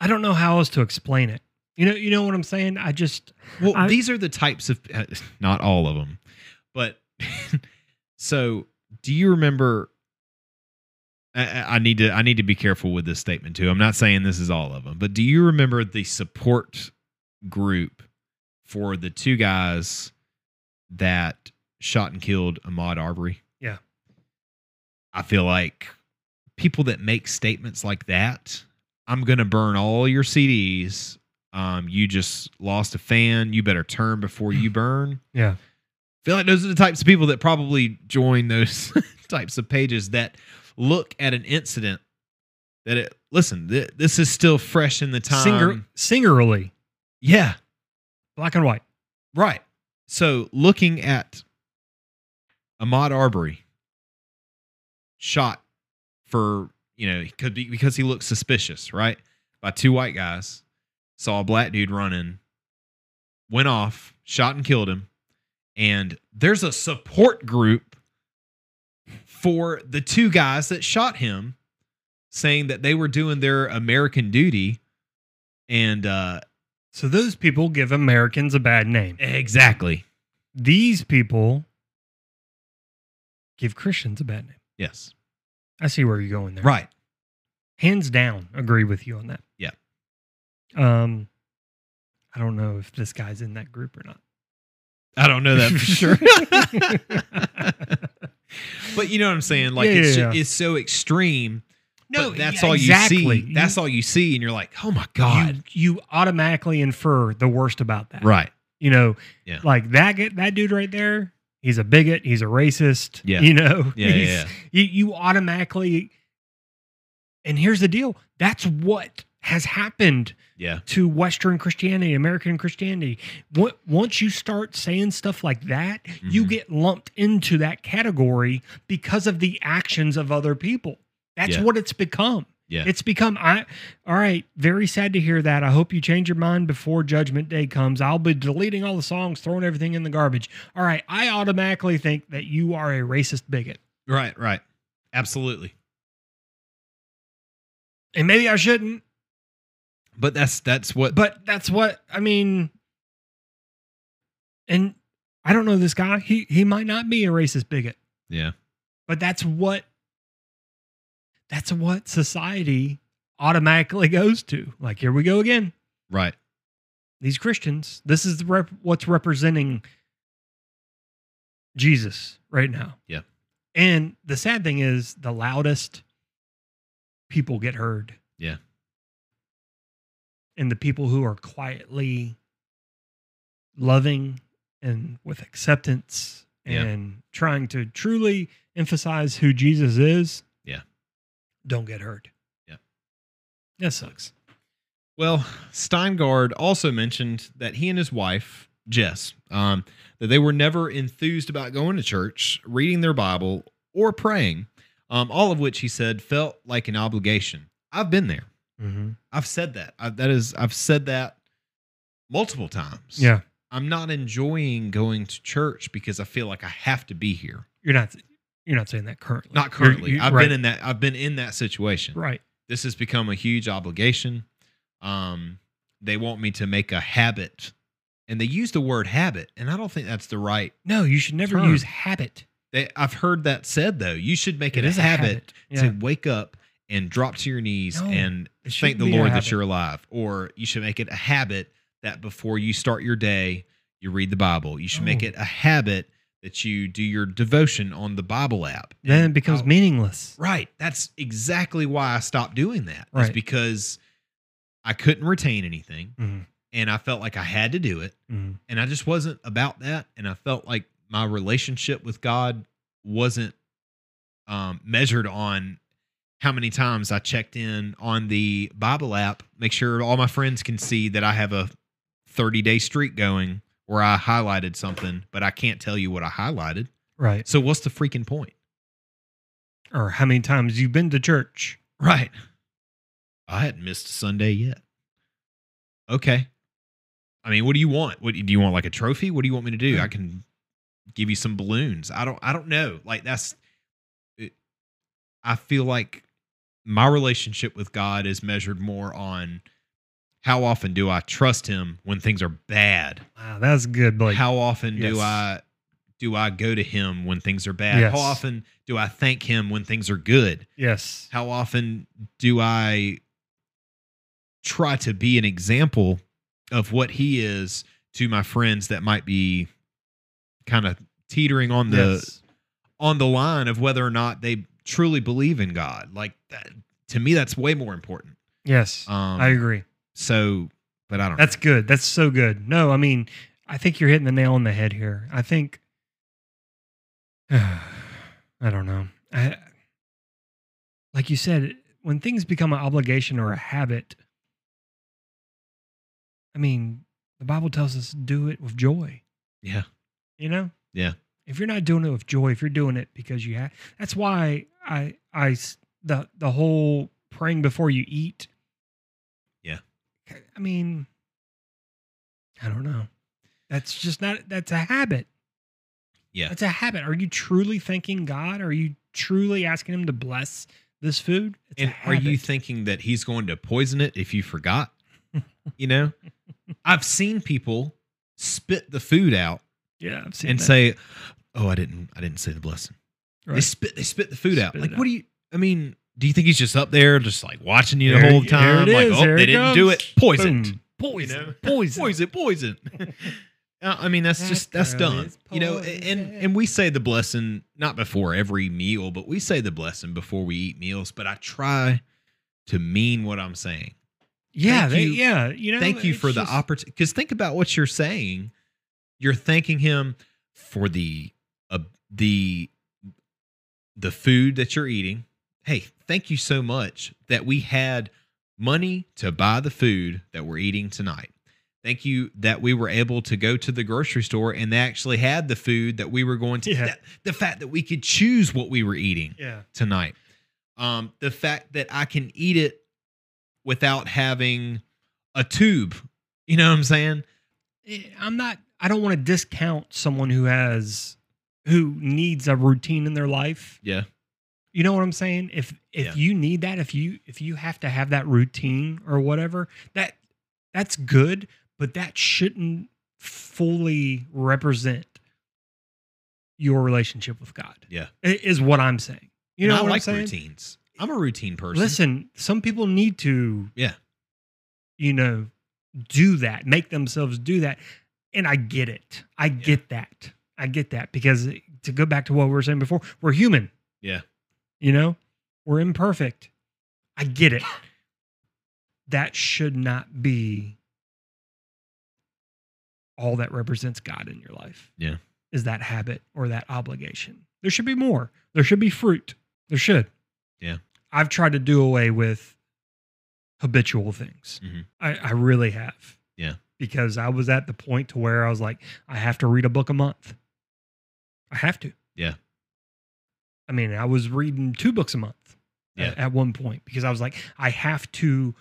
Speaker 1: I don't know how else to explain it. You know, you know what I'm saying. I just
Speaker 4: Well,
Speaker 1: I-
Speaker 4: these are the types of uh, not all of them, but so do you remember? I, I need to I need to be careful with this statement too. I'm not saying this is all of them, but do you remember the support group for the two guys that shot and killed Ahmad Arbery?
Speaker 1: Yeah.
Speaker 4: I feel like people that make statements like that, I'm gonna burn all your CDs. Um, you just lost a fan. You better turn before you burn
Speaker 1: Yeah.
Speaker 4: feel like those are the types of people that probably join those types of pages that look at an incident that it listen th- this is still fresh in the time
Speaker 1: Singer, singerly,
Speaker 4: yeah
Speaker 1: black and white.
Speaker 4: right so looking at ahmad arbery shot for you know he could be because he looked suspicious right by two white guys saw a black dude running went off shot and killed him and there's a support group for the two guys that shot him saying that they were doing their american duty and uh
Speaker 1: So those people give Americans a bad name.
Speaker 4: exactly
Speaker 1: These people give Christians a bad name.
Speaker 4: yes
Speaker 1: I see where you're going there.
Speaker 4: right
Speaker 1: Hands down, agree with you on that.
Speaker 4: Yeah.
Speaker 1: Um, I don't know if this guy's in that group or not.
Speaker 4: I don't know that for sure. but you know what I'm saying? Like
Speaker 1: Yeah,
Speaker 4: it's,
Speaker 1: yeah,
Speaker 4: ju-
Speaker 1: yeah.
Speaker 4: it's so extreme. No, that's
Speaker 1: yeah,
Speaker 4: all
Speaker 1: exactly.
Speaker 4: you see. That's all you see, and you're like, oh my god.
Speaker 1: You, you automatically infer the worst about that.
Speaker 4: right.
Speaker 1: You know,
Speaker 4: Yeah.
Speaker 1: like that gu- that dude right there, he's a bigot, he's a racist.
Speaker 4: Yeah.
Speaker 1: You know,
Speaker 4: Yeah, yeah,
Speaker 1: he's-
Speaker 4: yeah.
Speaker 1: You, you automatically, and here's the deal that's what has happened
Speaker 4: Yeah.
Speaker 1: to Western Christianity, American Christianity. Wo- Once you start saying stuff like that, you
Speaker 4: Mhm.
Speaker 1: get lumped into that category because of the actions of other people. That's
Speaker 4: Yeah.
Speaker 1: what it's become.
Speaker 4: Yeah.
Speaker 1: It's become I all right, very sad to hear that. I hope you change your mind before judgment day comes. I'll be deleting all the songs, throwing everything in the garbage. All right, I automatically think that you are a racist bigot.
Speaker 4: Right. Right. Absolutely.
Speaker 1: And maybe I shouldn't,
Speaker 4: But that's that's what.
Speaker 1: but that's what I mean. And I don't know this guy. He he might not be a racist bigot,
Speaker 4: yeah.
Speaker 1: but that's what that's what society automatically goes to. Like here we go again.
Speaker 4: Right.
Speaker 1: These Christians. This is the rep, what's representing Jesus right now.
Speaker 4: Yeah.
Speaker 1: And the sad thing is, the loudest people get heard.
Speaker 4: Yeah.
Speaker 1: And the people who are quietly loving and with acceptance
Speaker 4: Yeah.
Speaker 1: and trying to truly emphasize who Jesus is.
Speaker 4: Yeah.
Speaker 1: Don't get heard.
Speaker 4: Yeah.
Speaker 1: That sucks.
Speaker 4: Well, Steingard also mentioned that he and his wife, Jess, um, that they were never enthused about going to church, reading their Bible, or praying, um, all of which he said felt like an obligation. I've been there.
Speaker 1: Mm-hmm.
Speaker 4: I've said that. I, that is, I've said that multiple times.
Speaker 1: Yeah.
Speaker 4: I'm not enjoying going to church because I feel like I have to be here.
Speaker 1: You're not. You're not saying that currently.
Speaker 4: Not
Speaker 1: You're-
Speaker 4: currently.
Speaker 1: you-
Speaker 4: I've
Speaker 1: right,
Speaker 4: been in that. I've been in that situation
Speaker 1: Right.
Speaker 4: this has become a huge obligation. Um, they want me to make a habit, and they use the word habit, and I don't think that's the right.
Speaker 1: No, you should never
Speaker 4: Term.
Speaker 1: use habit.
Speaker 4: They, I've heard that said though. You should make it, a,
Speaker 1: is
Speaker 4: habit,
Speaker 1: Yeah.
Speaker 4: to wake up and drop to your knees
Speaker 1: No,
Speaker 4: and
Speaker 1: it
Speaker 4: thank
Speaker 1: shouldn't
Speaker 4: the
Speaker 1: be a
Speaker 4: Lord that
Speaker 1: habit.
Speaker 4: you're alive. Or you should make it a habit that before you start your day, you read the Bible. You should make
Speaker 1: No.
Speaker 4: it a habit that you do your devotion on the Bible app.
Speaker 1: Then it becomes
Speaker 4: I'll-
Speaker 1: meaningless.
Speaker 4: Right. That's exactly why I stopped doing that. It's
Speaker 1: Right.
Speaker 4: because I couldn't retain anything
Speaker 1: Mhm.
Speaker 4: and I felt like I had to do it.
Speaker 1: Mhm.
Speaker 4: And I just wasn't about that. And I felt like my relationship with God wasn't um, measured on how many times I checked in on the Bible app, make sure all my friends can see that I have a 30 day streak going where I highlighted something, but I can't tell you what I highlighted.
Speaker 1: Right.
Speaker 4: So what's the freaking point?
Speaker 1: Or how many times you've been to church?
Speaker 4: Right. I hadn't missed Sunday yet. Okay. I mean, what do you want? What do you want like a trophy? What do you want me to
Speaker 1: Mm.
Speaker 4: do? I can give you some balloons. I don't I don't know. Like that's it, I feel like my relationship with God is measured more on how often do I trust him when things are bad?
Speaker 1: Wow, that's good, Blake.
Speaker 4: how often do
Speaker 1: Yes.
Speaker 4: I do I go to him when things are bad?
Speaker 1: Yes.
Speaker 4: How often do I thank him when things are good?
Speaker 1: Yes.
Speaker 4: How often do I try to be an example of what he is to my friends that might be kind of teetering on the
Speaker 1: yes.
Speaker 4: on the line of whether or not they truly believe in God? Like that, to me, that's way more important.
Speaker 1: Yes.
Speaker 4: Um,
Speaker 1: I agree.
Speaker 4: So, but I don't.
Speaker 1: That's good. That's so good. No, I mean, I think you're hitting the nail on the head here. I think I don't know. I, like you said, when things become an obligation or a habit, I mean, the Bible tells us do it with joy.
Speaker 4: Yeah.
Speaker 1: You know?
Speaker 4: Yeah.
Speaker 1: If you're not doing it with joy, if you're doing it because you have That's why I I s- the the whole praying before you eat.
Speaker 4: Yeah.
Speaker 1: I mean, I don't know. That's just not that's a habit.
Speaker 4: Yeah.
Speaker 1: That's a habit. Are you truly thanking God? Are you truly asking him to bless this food? It's a
Speaker 4: and are you
Speaker 1: habit.
Speaker 4: thinking that he's going to poison it if you forgot? you know, I've seen people spit the food out
Speaker 1: Yeah, I've seen
Speaker 4: and
Speaker 1: that.
Speaker 4: say, "Oh, I didn't, I didn't say the blessing." They
Speaker 1: Right.
Speaker 4: spit, they spit the food out.
Speaker 1: Spit
Speaker 4: Like,
Speaker 1: it
Speaker 4: what do you? I mean, do you think he's just up there, just like watching you the
Speaker 1: There-
Speaker 4: whole
Speaker 1: there
Speaker 4: time?
Speaker 1: it
Speaker 4: like,
Speaker 1: is.
Speaker 4: oh,
Speaker 1: There
Speaker 4: they
Speaker 1: it
Speaker 4: didn't do
Speaker 1: comes.
Speaker 4: it. Poisoned.
Speaker 1: Boom. Poison.
Speaker 4: know?
Speaker 1: Poison.
Speaker 4: poison, poison. Uh, I mean, that's
Speaker 1: That
Speaker 4: just that's
Speaker 1: girl
Speaker 4: done.
Speaker 1: is
Speaker 4: You know, and
Speaker 1: poison.
Speaker 4: and we say the blessing not before every meal, but we say the blessing before we eat meals. But I try to mean what I'm saying.
Speaker 1: Yeah,
Speaker 4: Thank
Speaker 1: they,
Speaker 4: you-
Speaker 1: yeah. You know,
Speaker 4: Thank you
Speaker 1: it's
Speaker 4: for the
Speaker 1: just-
Speaker 4: opportunity. Because think about what you're saying. You're thanking him for the uh, the the food that you're eating. Hey, thank you so much that we had money to buy the food that we're eating tonight. Thank you that we were able to go to the grocery store and they actually had the food that we were going to.
Speaker 1: Yeah.
Speaker 4: that- the fact that we could choose what we were eating
Speaker 1: Yeah.
Speaker 4: tonight. Um, the fact that I can eat it without having a tube. You know what I'm saying?
Speaker 1: eh, I'm not. I don't want to discount someone who has who needs a routine in their life.
Speaker 4: Yeah.
Speaker 1: You know what I'm saying? If if
Speaker 4: Yeah.
Speaker 1: you need that, if you if you have to have that routine or whatever, that that's good, but that shouldn't fully represent your relationship with God.
Speaker 4: Yeah.
Speaker 1: i- Is what I'm saying. You know
Speaker 4: And I
Speaker 1: what
Speaker 4: like
Speaker 1: I'm saying?
Speaker 4: routines. I'm a routine person.
Speaker 1: Listen, some people need to,
Speaker 4: Yeah.
Speaker 1: you know, do that, make themselves do that. And I get it. I get that. I get that because to go back to what we were saying before, we're human.
Speaker 4: Yeah.
Speaker 1: You know, we're imperfect. I get it. That should not be all that represents God in your life.
Speaker 4: Yeah.
Speaker 1: Is that habit or that obligation? There should be more. There should be fruit. There should.
Speaker 4: Yeah.
Speaker 1: I've tried to do away with habitual things.
Speaker 4: Mhm.
Speaker 1: I, I really have.
Speaker 4: Yeah.
Speaker 1: Because I was at the point to where I was like, I have to read a book a month. I have to.
Speaker 4: Yeah.
Speaker 1: I mean, I was reading two books a month a-
Speaker 4: Yeah.
Speaker 1: at, one point because I was like, I have to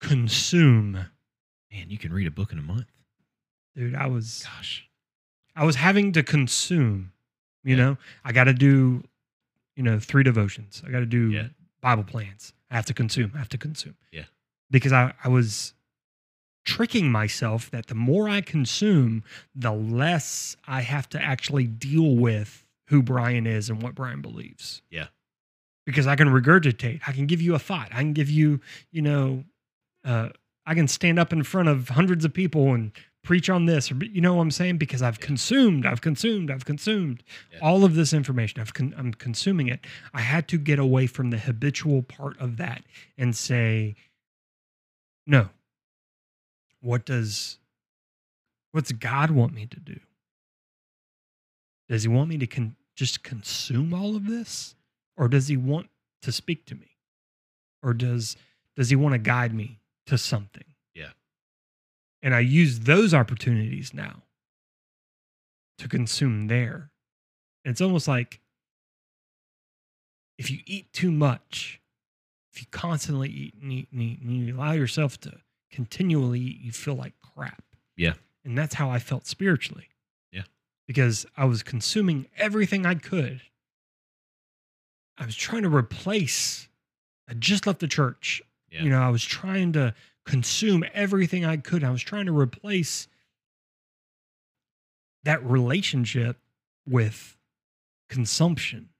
Speaker 1: consume.
Speaker 4: Man, you can read a book in a month.
Speaker 1: Dude, I was
Speaker 4: Gosh.
Speaker 1: I was having to consume. You
Speaker 4: Yeah.
Speaker 1: know, I got to do, you know, three devotions. I got to do
Speaker 4: Yeah.
Speaker 1: Bible plans. I have to consume. I have to consume.
Speaker 4: Yeah.
Speaker 1: Because I, I was tricking myself that the more I consume, the less I have to actually deal with who Brian is and what Brian believes.
Speaker 4: Yeah.
Speaker 1: Because I can regurgitate. I can give you a thought. I can give you, you know, uh, I can stand up in front of hundreds of people and preach on this. Or, you know what I'm saying? Because I've
Speaker 4: Yeah.
Speaker 1: consumed, I've consumed, I've consumed
Speaker 4: Yeah.
Speaker 1: all of this information. I've con- I'm consuming it. I had to get away from the habitual part of that and say, no. What does what's God want me to do? Does He want me to con- just consume all of this, or does He want to speak to me, or does does He want to guide me to something?
Speaker 4: Yeah.
Speaker 1: And I use those opportunities now to consume there. And it's almost like if you eat too much, if you constantly eat and eat and eat, and you allow yourself to continually eat, you feel like crap.
Speaker 4: Yeah.
Speaker 1: And that's how I felt spiritually.
Speaker 4: Yeah.
Speaker 1: Because I was consuming everything I could. I was trying to replace, I just left the church.
Speaker 4: Yeah.
Speaker 1: You know, I was trying to consume everything I could. I was trying to replace that relationship with consumption,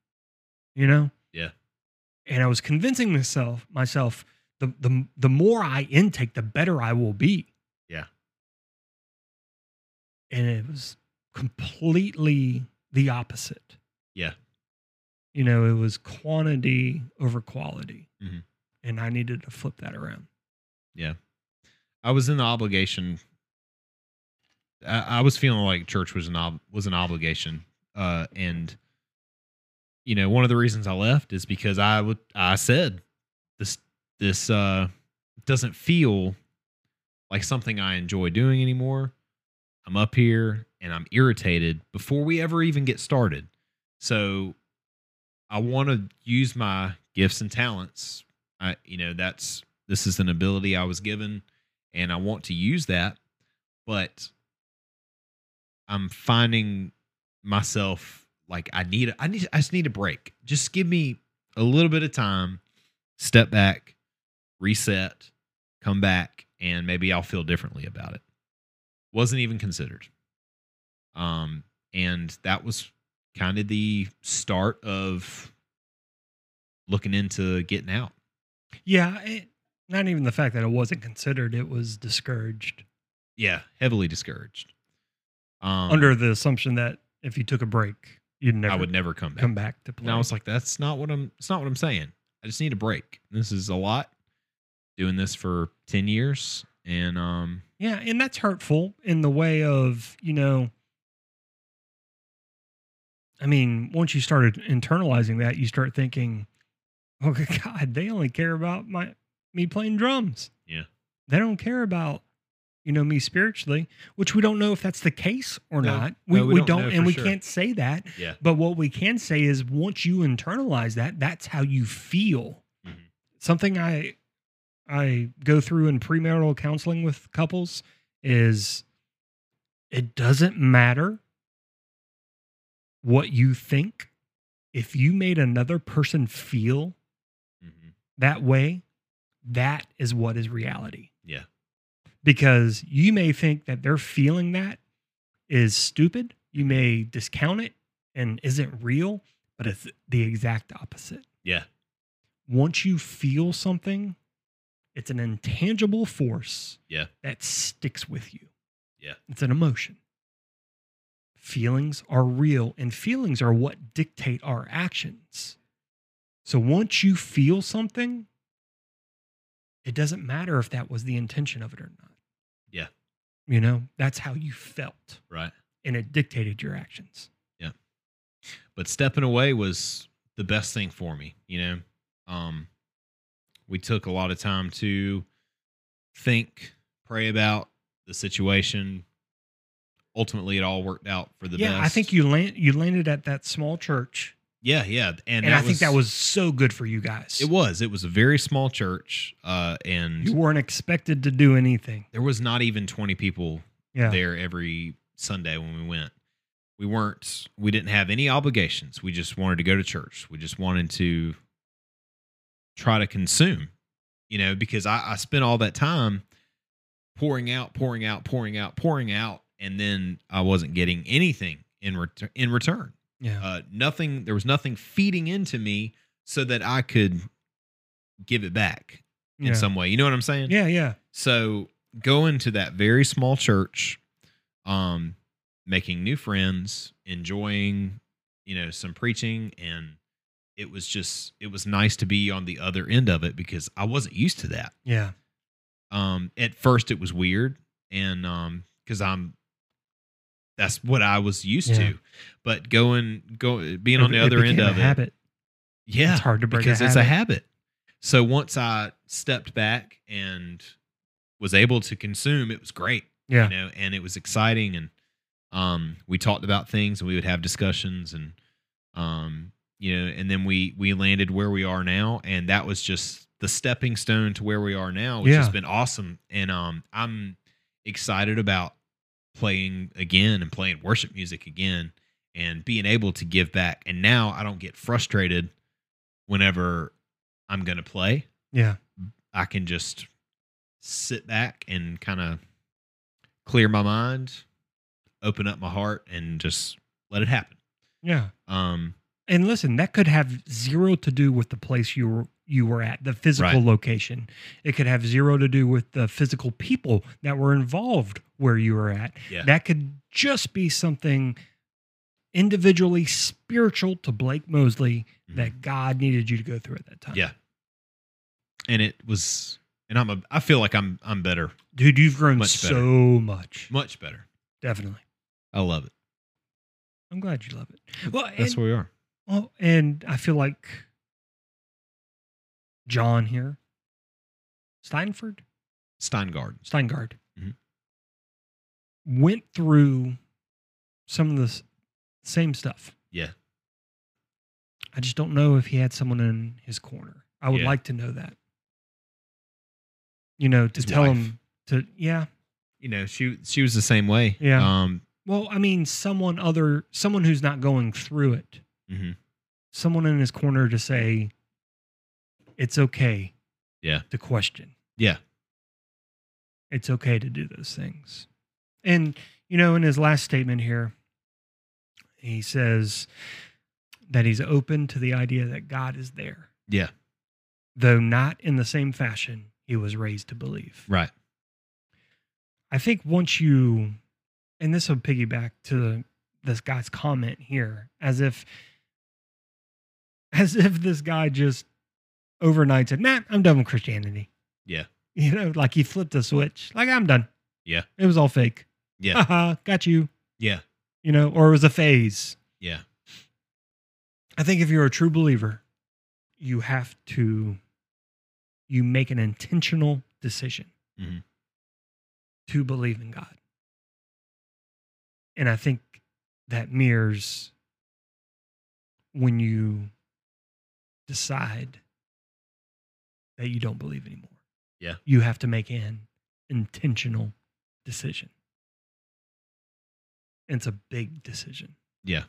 Speaker 1: you know?
Speaker 4: Yeah.
Speaker 1: And I was convincing myself myself the the the more I intake, the better I will be.
Speaker 4: Yeah.
Speaker 1: And it was completely the opposite.
Speaker 4: Yeah.
Speaker 1: You know, it was quantity over quality.
Speaker 4: Mhm.
Speaker 1: And I needed to flip that around.
Speaker 4: I was in the obligation. I, I was feeling like church was an ob- was an obligation, uh, and you know one of the reasons I left is because I would I said this this uh, doesn't feel like something I enjoy doing anymore. I'm up here and I'm irritated before we ever even get started. So I want to use my gifts and talents. I you know that's this is an ability I was given and I want to use that, but I'm finding myself like I need I need I just need a break. Just give me a little bit of time, step back, reset, come back, and maybe I'll feel differently about it. Wasn't even considered. Um and that was kind of the start of looking into getting out.
Speaker 1: Yeah, it, not even the fact that it wasn't considered; it was discouraged
Speaker 4: Yeah, heavily discouraged. Um
Speaker 1: under the assumption that if you took a break, you'd never
Speaker 4: I would never come back.
Speaker 1: come back to play.
Speaker 4: And I was like, that's not what I'm it's not what I'm saying. I just need a break. This is a lot. Doing this for 10 years and um
Speaker 1: yeah, and that's hurtful in the way of you know. I mean, once you started internalizing that, you start thinking, "Oh good God, they only care about my me playing drums.
Speaker 4: Yeah.
Speaker 1: they don't care about." You know me spiritually, which we don't know if that's the case or
Speaker 4: No,
Speaker 1: not.
Speaker 4: no,
Speaker 1: we,
Speaker 4: we
Speaker 1: we
Speaker 4: don't
Speaker 1: don't,
Speaker 4: know for
Speaker 1: and we
Speaker 4: sure.
Speaker 1: can't say that.
Speaker 4: yeah.
Speaker 1: But what we can say is once you internalize that, that's how you feel.
Speaker 4: Mhm.
Speaker 1: Something I I go through in premarital counseling with couples is it doesn't matter what you think if you made another person feel
Speaker 5: Mm-hmm.
Speaker 4: Mhm.
Speaker 1: that way, that is what is reality.
Speaker 4: Yeah.
Speaker 1: Because you may think that they're feeling that is stupid. You may discount it and isn't real, but it's the exact opposite.
Speaker 4: Yeah.
Speaker 1: Once you feel something, it's an intangible force
Speaker 4: Yeah.
Speaker 1: that sticks with you.
Speaker 4: Yeah.
Speaker 1: It's an emotion. Feelings are real, and feelings are what dictate our actions. So once you feel something, it doesn't matter if that was the intention of it or not.
Speaker 4: Yeah.
Speaker 1: You know, that's how you felt,
Speaker 4: Right.
Speaker 1: and it dictated your actions.
Speaker 4: But stepping away was the best thing for me, you know. Um we took a lot of time to think, pray about the situation. Ultimately it all worked out for the
Speaker 1: yeah,
Speaker 4: best.
Speaker 1: I think you land you landed at that small church,
Speaker 4: Yeah, yeah. And,
Speaker 1: and, I think that was so good for you guys.
Speaker 4: it was it was a very small church uh and
Speaker 1: you weren't expected to do anything.
Speaker 4: there was not even 20 people
Speaker 1: Yeah.
Speaker 4: there every Sunday when we went. We weren't we didn't have any obligations. We just wanted to go to church. We just wanted to try to consume, you know, because I, I spent all that time pouring out, pouring out, pouring out, pouring out, and then I wasn't getting anything in return in return.
Speaker 1: Yeah.
Speaker 4: Uh nothing there was nothing feeding into me so that I could give it back
Speaker 1: yeah.
Speaker 4: in some way. You know what I'm saying?
Speaker 1: yeah, yeah.
Speaker 4: So going to that very small church, um, making new friends, enjoying, you know, some preaching, and it was just it was nice to be on the other end of it because I wasn't used to that.
Speaker 1: Yeah.
Speaker 4: Um, at first it was weird, and um, because I'm that's what I was used
Speaker 1: Yeah.
Speaker 4: to, but going go being on the other end
Speaker 1: became
Speaker 4: of
Speaker 1: a
Speaker 4: it,
Speaker 1: habit.
Speaker 4: yeah,
Speaker 1: It's hard to break a
Speaker 4: because it's a habit. So once I stepped back and was able to consume, it was great.
Speaker 1: Yeah.
Speaker 4: You know, and it was exciting and um we talked about things and we would have discussions and um you know, and then we we landed where we are now and that was just the stepping stone to where we are now, which has
Speaker 1: Yeah.
Speaker 4: been awesome. And um I'm excited about playing again and playing worship music again and being able to give back. And now I don't get frustrated whenever I'm going to play.
Speaker 1: Yeah.
Speaker 4: I can just sit back and kind of clear my mind, open up my heart, and just let it happen.
Speaker 1: Yeah.
Speaker 4: Um,
Speaker 1: And listen, that could have zero to do with the place you were you were at, the physical
Speaker 4: Right.
Speaker 1: location. It could have zero to do with the physical people that were involved where you were at.
Speaker 4: Yeah.
Speaker 1: That could just be something individually spiritual to Blake Mosley that God needed you to go through at that time.
Speaker 4: Mm-hmm. Yeah. and it was, and I'm a, I feel like I'm, I'm better,
Speaker 1: Dude, you've grown
Speaker 4: Much better.
Speaker 1: so much.
Speaker 4: much better.
Speaker 1: Definitely.
Speaker 4: I love it.
Speaker 1: I'm glad you love it. Well,
Speaker 4: That's
Speaker 1: and,
Speaker 4: where we are.
Speaker 1: well, and I feel like John here. Steinford?
Speaker 4: Steingard.
Speaker 1: Steingard
Speaker 4: Mhm. Mm-hmm.
Speaker 1: went through some of the s- same stuff.
Speaker 4: Yeah.
Speaker 1: I just don't know if he had someone in his corner. I would
Speaker 4: Yeah.
Speaker 1: like to know that. You know, to
Speaker 4: His
Speaker 1: tell
Speaker 4: wife.
Speaker 1: him to yeah.
Speaker 4: You know, she, she was the same way.
Speaker 1: Yeah.
Speaker 4: Um,
Speaker 1: Well, I mean, someone other, someone who's not going through it,
Speaker 4: Mhm.
Speaker 1: someone in his corner to say, "It's okay."
Speaker 4: Yeah.
Speaker 1: To question.
Speaker 4: Yeah.
Speaker 1: It's okay to do those things, and you know, in his last statement here, he says that he's open to the idea that God is there.
Speaker 4: Yeah.
Speaker 1: Though not in the same fashion he was raised to believe.
Speaker 4: right.
Speaker 1: I think once you, and this will piggyback to this guy's comment here, as if, as if this guy just overnight said, "Nah, I'm done with Christianity."
Speaker 4: Yeah.
Speaker 1: you know, like he flipped a switch, like I'm done.
Speaker 4: Yeah.
Speaker 1: it was all fake.
Speaker 4: Yeah.
Speaker 1: Haha, got you.
Speaker 4: Yeah.
Speaker 1: You know, or it was a phase.
Speaker 4: Yeah.
Speaker 1: I think if you're a true believer, you have to you make an intentional decision
Speaker 4: Mhm.
Speaker 1: to believe in God. And I think that mirrors when you decide that you don't believe anymore.
Speaker 4: Yeah.
Speaker 1: You have to make an intentional decision. And it's a big decision.
Speaker 4: Yeah.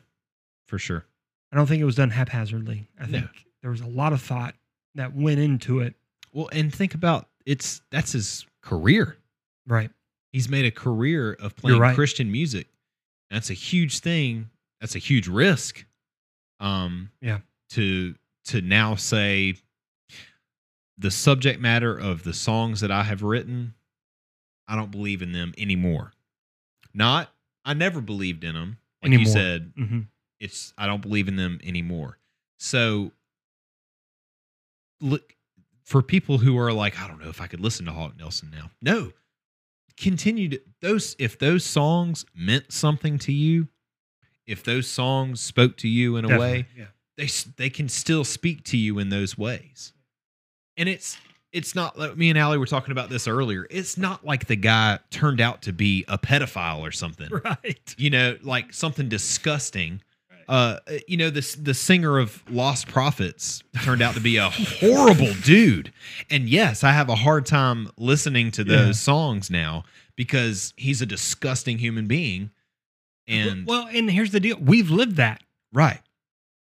Speaker 4: For sure.
Speaker 1: I don't think it was done haphazardly. I
Speaker 4: No.
Speaker 1: think there was a lot of thought that went into it.
Speaker 4: Well, and think about it's, that's his career.
Speaker 1: Right.
Speaker 4: he's made a career of playing
Speaker 1: right.
Speaker 4: Christian music. That's a huge thing. That's a huge risk. Um,
Speaker 1: Yeah.
Speaker 4: To to now say the subject matter of the songs that I have written, I don't believe in them anymore. Not I never believed in them. Like you
Speaker 1: Anymore.
Speaker 4: said,
Speaker 1: hmm
Speaker 4: it's I don't believe in them anymore. So look for people who are like, I don't know if I could listen to Hawk Nelson now. No. Continue to those if those songs meant something to you, if those songs spoke to you in a way,
Speaker 1: Yeah.
Speaker 4: they s- they can still speak to you in those ways. And it's it's not like me and Allie were talking about this earlier. It's not like the guy turned out to be a pedophile or something
Speaker 1: Right.
Speaker 4: you know, like something disgusting.
Speaker 1: Right.
Speaker 4: Uh, you know, this the singer of Lost Prophets turned out to be a horrible dude. And yes, I have a hard time listening to those
Speaker 1: Yeah.
Speaker 4: songs now because he's a disgusting human being. And
Speaker 1: well, and here's the deal: we've lived that.
Speaker 4: right,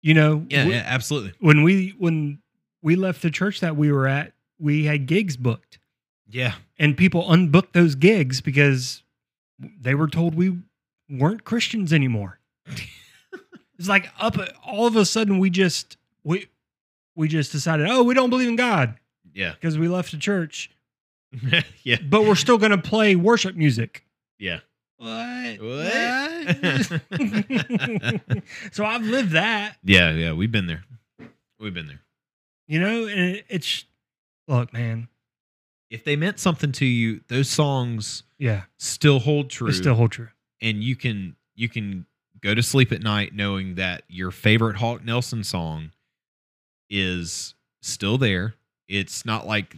Speaker 1: You know.
Speaker 4: yeah,
Speaker 1: we-
Speaker 4: yeah, absolutely,
Speaker 1: When we when we left the church that we were at, we had gigs booked,
Speaker 4: yeah,
Speaker 1: and people unbooked those gigs because they were told we weren't Christians anymore. it's like up all of a sudden we just we we just decided, oh, we don't believe in God
Speaker 4: yeah,
Speaker 1: because we left the church.
Speaker 4: yeah,
Speaker 1: but we're still going to play worship music.
Speaker 4: yeah.
Speaker 1: What?
Speaker 4: What?
Speaker 1: so I've lived that,
Speaker 4: yeah, yeah. We've been there. We've been there.
Speaker 1: you know, and it- it's look, man.
Speaker 4: If they meant something to you, those songs
Speaker 1: Yeah,
Speaker 4: still hold true.
Speaker 1: it's still hold true.
Speaker 4: and you can you can go to sleep at night knowing that your favorite Hawk Nelson song is still there. It's not like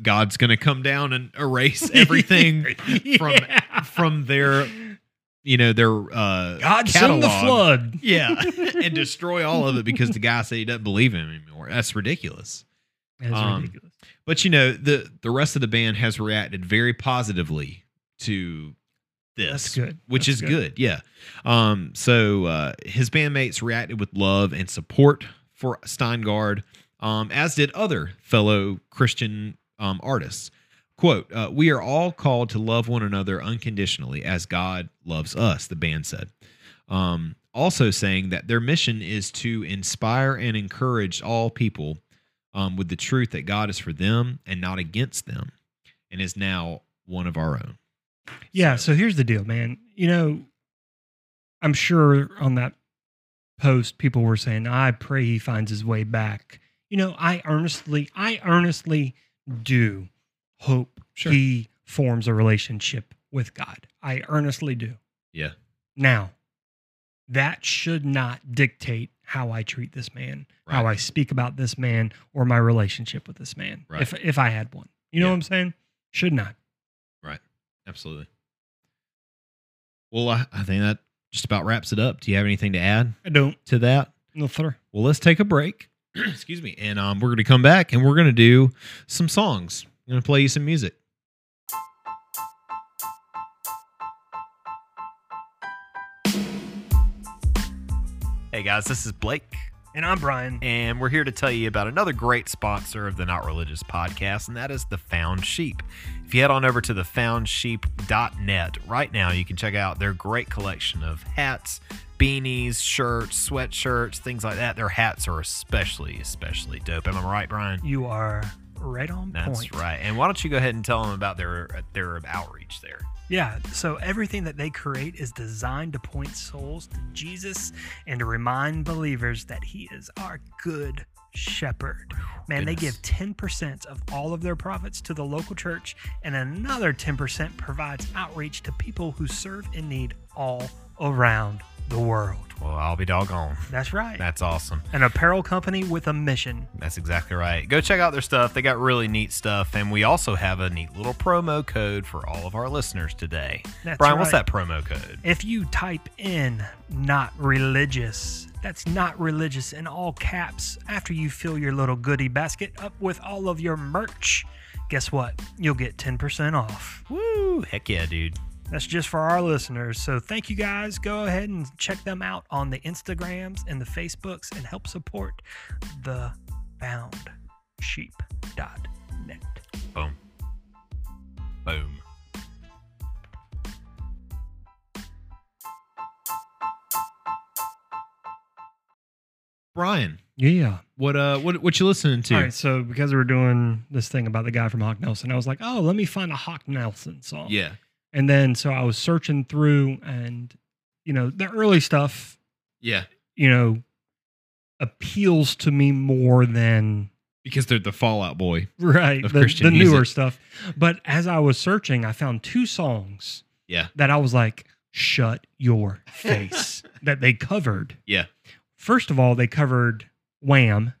Speaker 4: God's going to come down and erase everything from
Speaker 1: Yeah.
Speaker 4: from their you know their uh
Speaker 1: God send the
Speaker 4: catalog.
Speaker 1: flood.
Speaker 4: yeah and destroy all of it because the guy said he doesn't believe in him anymore. That's ridiculous.
Speaker 1: That's
Speaker 4: Um,
Speaker 1: ridiculous.
Speaker 4: But you know, the the rest of the band has reacted very positively to this.
Speaker 1: That's good.
Speaker 4: Which
Speaker 1: That's
Speaker 4: is good. Yeah. Um so uh his bandmates reacted with love and support for Steingard, um as did other fellow Christian um artists. Quote, uh, we are all called to love one another unconditionally as God loves us, the band said. Um, also saying that their mission is to inspire and encourage all people um, with the truth that God is for them and not against them, and is now one of our own.
Speaker 1: Yeah. So here's the deal, man. You know, I'm sure on that post, people were saying, I pray he finds his way back. You know, I earnestly, I earnestly do hope
Speaker 4: Sure.
Speaker 1: he forms a relationship with God. I earnestly do.
Speaker 4: Yeah.
Speaker 1: Now, that should not dictate how I treat this man, how
Speaker 4: Right.
Speaker 1: I speak about this man, or my relationship with this man.
Speaker 4: Right.
Speaker 1: If if I had one, you know
Speaker 4: Yeah.
Speaker 1: what I'm saying? Should not.
Speaker 4: Absolutely. Well, I, I think that just about wraps it up. Do you have anything to add
Speaker 1: I don't.
Speaker 4: to that?
Speaker 1: No, sir.
Speaker 4: Well, let's take a break. Excuse me. And um, we're going to come back and we're going to do some songs. I'm going to play you some music.
Speaker 5: Hey guys, this is Blake.
Speaker 1: And I'm Brian.
Speaker 5: And we're here to tell you about another great sponsor of the Not Religious podcast, and that is The Found Sheep. If you head on over to thefoundsheep.net right now, you can check out their great collection of hats, beanies, shirts, sweatshirts, things like that. Their hats are especially, especially dope. Am I right, Brian?
Speaker 1: You are right on
Speaker 5: That's
Speaker 1: point.
Speaker 5: right. And why don't you go ahead and tell them about their their outreach there?
Speaker 1: Yeah, so everything that they create is designed to point souls to Jesus and to remind believers that he is our good shepherd. Man, they give
Speaker 5: Goodness.
Speaker 1: 10% of all of their profits to the local church, and another 10% provides outreach to people who serve in need all around the world.
Speaker 5: Well, I'll be doggone.
Speaker 1: That's right.
Speaker 5: That's awesome.
Speaker 1: An apparel company with a mission.
Speaker 5: That's exactly right. Go check out their stuff. They got really neat stuff. And we also have a neat little promo code for all of our listeners today.
Speaker 1: That's
Speaker 5: Brian, what's
Speaker 1: right.
Speaker 5: that promo code?
Speaker 1: If you type in not religious, that's not religious in all caps after you fill your little goodie basket up with all of your merch. Guess what? You'll get 10% off.
Speaker 5: Woo! Heck yeah, dude.
Speaker 1: That's just for our listeners. So thank you guys. Go ahead and check them out on the Instagrams and the Facebooks and help support the foundsheep.net.
Speaker 5: Boom. Boom.
Speaker 4: Brian,
Speaker 1: Yeah.
Speaker 4: what uh, what what you listening to?
Speaker 1: All right. So because we were doing this thing about the guy from Hawk Nelson, I was like, oh, let me find a Hawk Nelson song.
Speaker 4: Yeah,
Speaker 1: And then so I was searching through and you know, the early stuff,
Speaker 4: yeah,
Speaker 1: you know, appeals to me more than
Speaker 4: because they're the Fallout Boy.
Speaker 1: right
Speaker 4: Of
Speaker 1: the,
Speaker 4: Christian
Speaker 1: the newer
Speaker 4: music.
Speaker 1: stuff. But as I was searching, I found two songs
Speaker 4: Yeah.
Speaker 1: that I was like, shut your face. that they covered.
Speaker 4: Yeah.
Speaker 1: First of all, they covered Wham.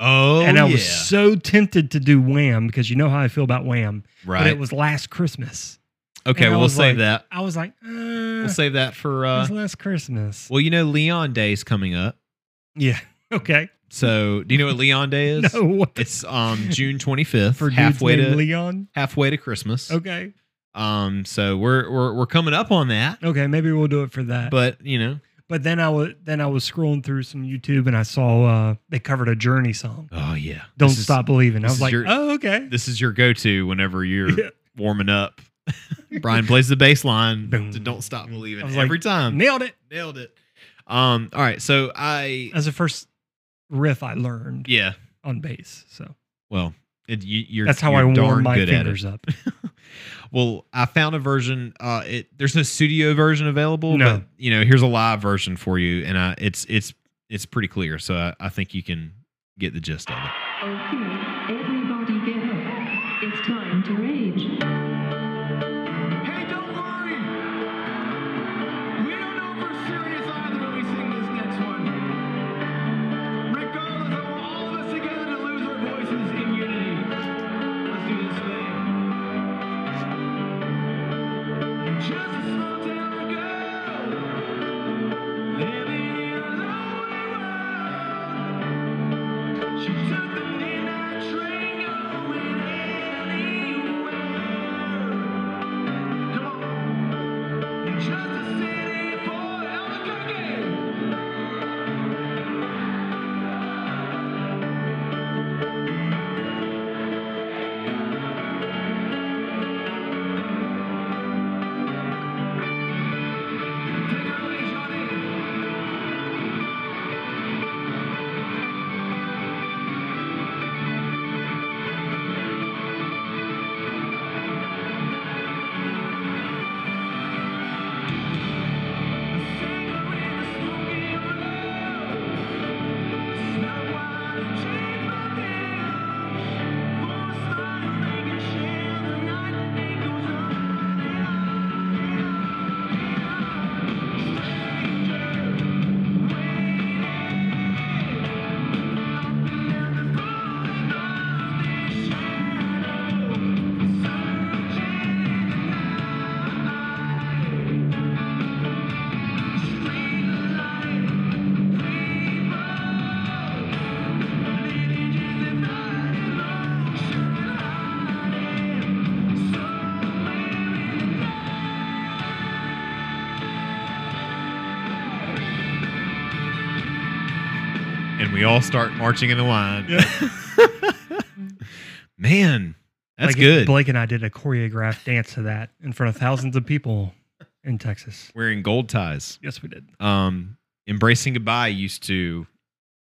Speaker 4: Oh,
Speaker 1: and I was so tempted to do Wham because you know how I feel about Wham.
Speaker 4: right.
Speaker 1: But it was last Christmas.
Speaker 4: okay,
Speaker 1: and I
Speaker 4: we'll
Speaker 1: was like-
Speaker 4: save that.
Speaker 1: I was like, uh,
Speaker 4: We'll save that for.
Speaker 1: it
Speaker 4: uh
Speaker 1: was last Christmas.
Speaker 4: Well, you know Leon Day's coming up.
Speaker 1: Yeah. Okay.
Speaker 4: So, do you know what Leon Day is?
Speaker 1: No, what the
Speaker 4: It's um June 25th,
Speaker 1: for
Speaker 4: halfway
Speaker 1: dudes
Speaker 4: to
Speaker 1: named Leon?
Speaker 4: halfway to Christmas.
Speaker 1: Okay.
Speaker 4: Um, so we're we're we're coming up on that,
Speaker 1: Okay, maybe we'll do it for that. But,
Speaker 4: but you know,
Speaker 1: then I was then I was scrolling through some YouTube and I saw uh they covered a Journey song.
Speaker 4: oh yeah,
Speaker 1: Don't
Speaker 4: This is-
Speaker 1: stop believing. I
Speaker 4: this
Speaker 1: was
Speaker 4: is
Speaker 1: like,
Speaker 4: your-
Speaker 1: "Oh, okay."
Speaker 4: This is your go-to whenever you're
Speaker 1: Yeah.
Speaker 4: warming up. Brian plays the bass line
Speaker 1: Boom.
Speaker 4: to "Don't Stop Believing"
Speaker 1: I was like,
Speaker 4: every time.
Speaker 1: Nailed it.
Speaker 4: Nailed it. Um, all right, so I
Speaker 1: That's the first riff I learned
Speaker 4: yeah,
Speaker 1: on bass. So
Speaker 4: well, it, you, you're
Speaker 1: that's how I
Speaker 4: you're
Speaker 1: warm
Speaker 4: darn
Speaker 1: my
Speaker 4: good at it.
Speaker 1: fingers up.
Speaker 4: Well, I found a version. Uh, it there's no studio version available.
Speaker 1: No.
Speaker 4: but, you know, here's a live version for you, and I, it's it's it's pretty clear. So I, I think you can get the gist of it.
Speaker 8: Okay, everybody get up. It's time to rage.
Speaker 6: Hey, don't worry. We don't know if we're serious either when we sing this next one. Regardless, I want all of us together to lose our voices in unity. Let's do this thing. Just a small town girl living in a lonely world. She took the midnight train.
Speaker 4: and we all start marching in a line. Man, that's
Speaker 1: Like,
Speaker 4: good.
Speaker 1: Blake and I did a choreographed dance to that in front of thousands of people in Texas.
Speaker 4: Wearing gold ties.
Speaker 1: Yes, we did.
Speaker 4: Um, Embracing Goodbye used to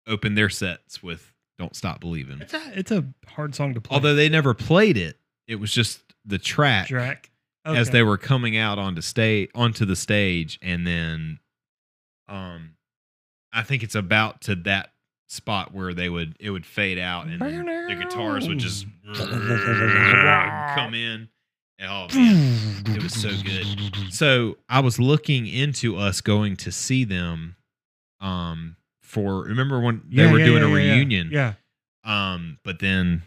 Speaker 4: open their sets with Don't Stop Believing.
Speaker 1: It's a it's a hard song to play.
Speaker 4: Although they never played it, it was just the track
Speaker 1: Drac,
Speaker 4: as they were coming out onto stage onto the stage and then um I think it's about to that spot where they would it would fade out and then the guitars would just come in. Oh man.
Speaker 1: Mm.
Speaker 4: It was so good. So I was looking into us going to see them um for remember when they
Speaker 1: Yeah,
Speaker 4: were
Speaker 1: yeah,
Speaker 4: doing
Speaker 1: yeah,
Speaker 4: a
Speaker 1: yeah, yeah.
Speaker 4: reunion.
Speaker 1: Yeah,
Speaker 4: Um, but then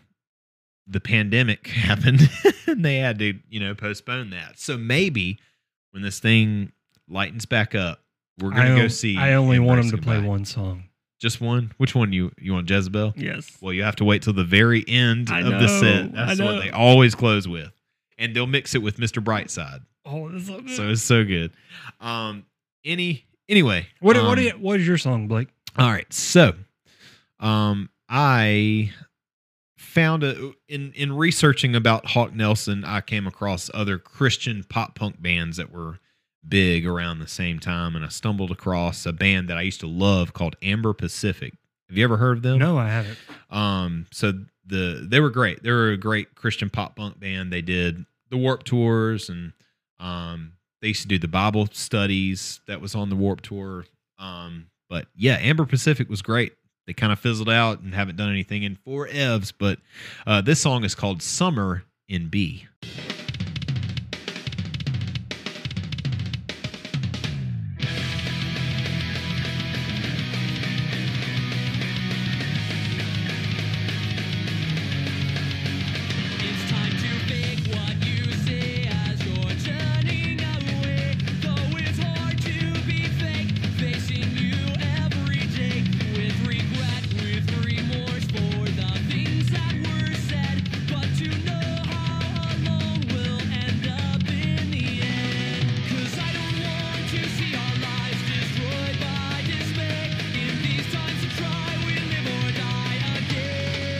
Speaker 4: the pandemic happened and they had to, you know, postpone that. So maybe when this thing lightens back up, we're gonna
Speaker 1: I
Speaker 4: go
Speaker 1: on-
Speaker 4: see.
Speaker 1: I only want them to
Speaker 4: Embracing
Speaker 1: play
Speaker 4: Goodbye.
Speaker 1: one song.
Speaker 4: Just one? Which one you you want Jezebel?
Speaker 1: Yes.
Speaker 4: Well, you have to wait till the very end
Speaker 1: I
Speaker 4: of the set.
Speaker 1: know, I
Speaker 4: That's what
Speaker 1: know.
Speaker 4: they always close with. And they'll mix it with Mr. Brightside.
Speaker 1: Oh, that's so good.
Speaker 4: So it's so good. Um any anyway.
Speaker 1: what
Speaker 4: um,
Speaker 1: what, what is your song, Blake?
Speaker 4: all right, so um, I found a in in researching about Hawk Nelson, I came across other Christian pop punk bands that were big around the same time, and I stumbled across a band that I used to love called Amber Pacific. Have you ever heard of them?
Speaker 1: No, I haven't.
Speaker 4: Um, so the they were great. They were a great Christian pop punk band. They did the Warp tours, and um, they used to do the Bible studies that was on the Warp tour. Um, but yeah, Amber Pacific was great. They kind of fizzled out and haven't done anything in four evs. But uh, this song is called "Summer in B."
Speaker 6: It's time to fake what you see as you're turning away. Though it's hard to be fake, facing you every day with regret, with remorse for the things that were said. But you know how alone will end up in the end. 'Cause I don't want to see our lives destroyed by dismay. In these times of try, we live or die again.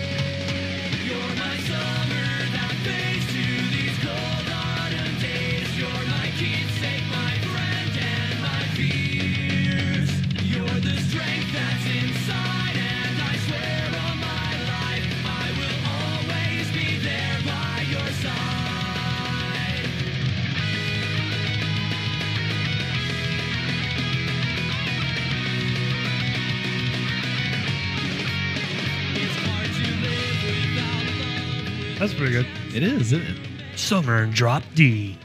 Speaker 6: You're my summer that fades to these cold autumn days. You're my keepsake, my friend, and my fears. You're the strength that's inside, and I swear on my life I will always be there by your side. It's hard to live without love.
Speaker 1: That's pretty good.
Speaker 4: It is, isn't it?
Speaker 1: Summer and Drop D.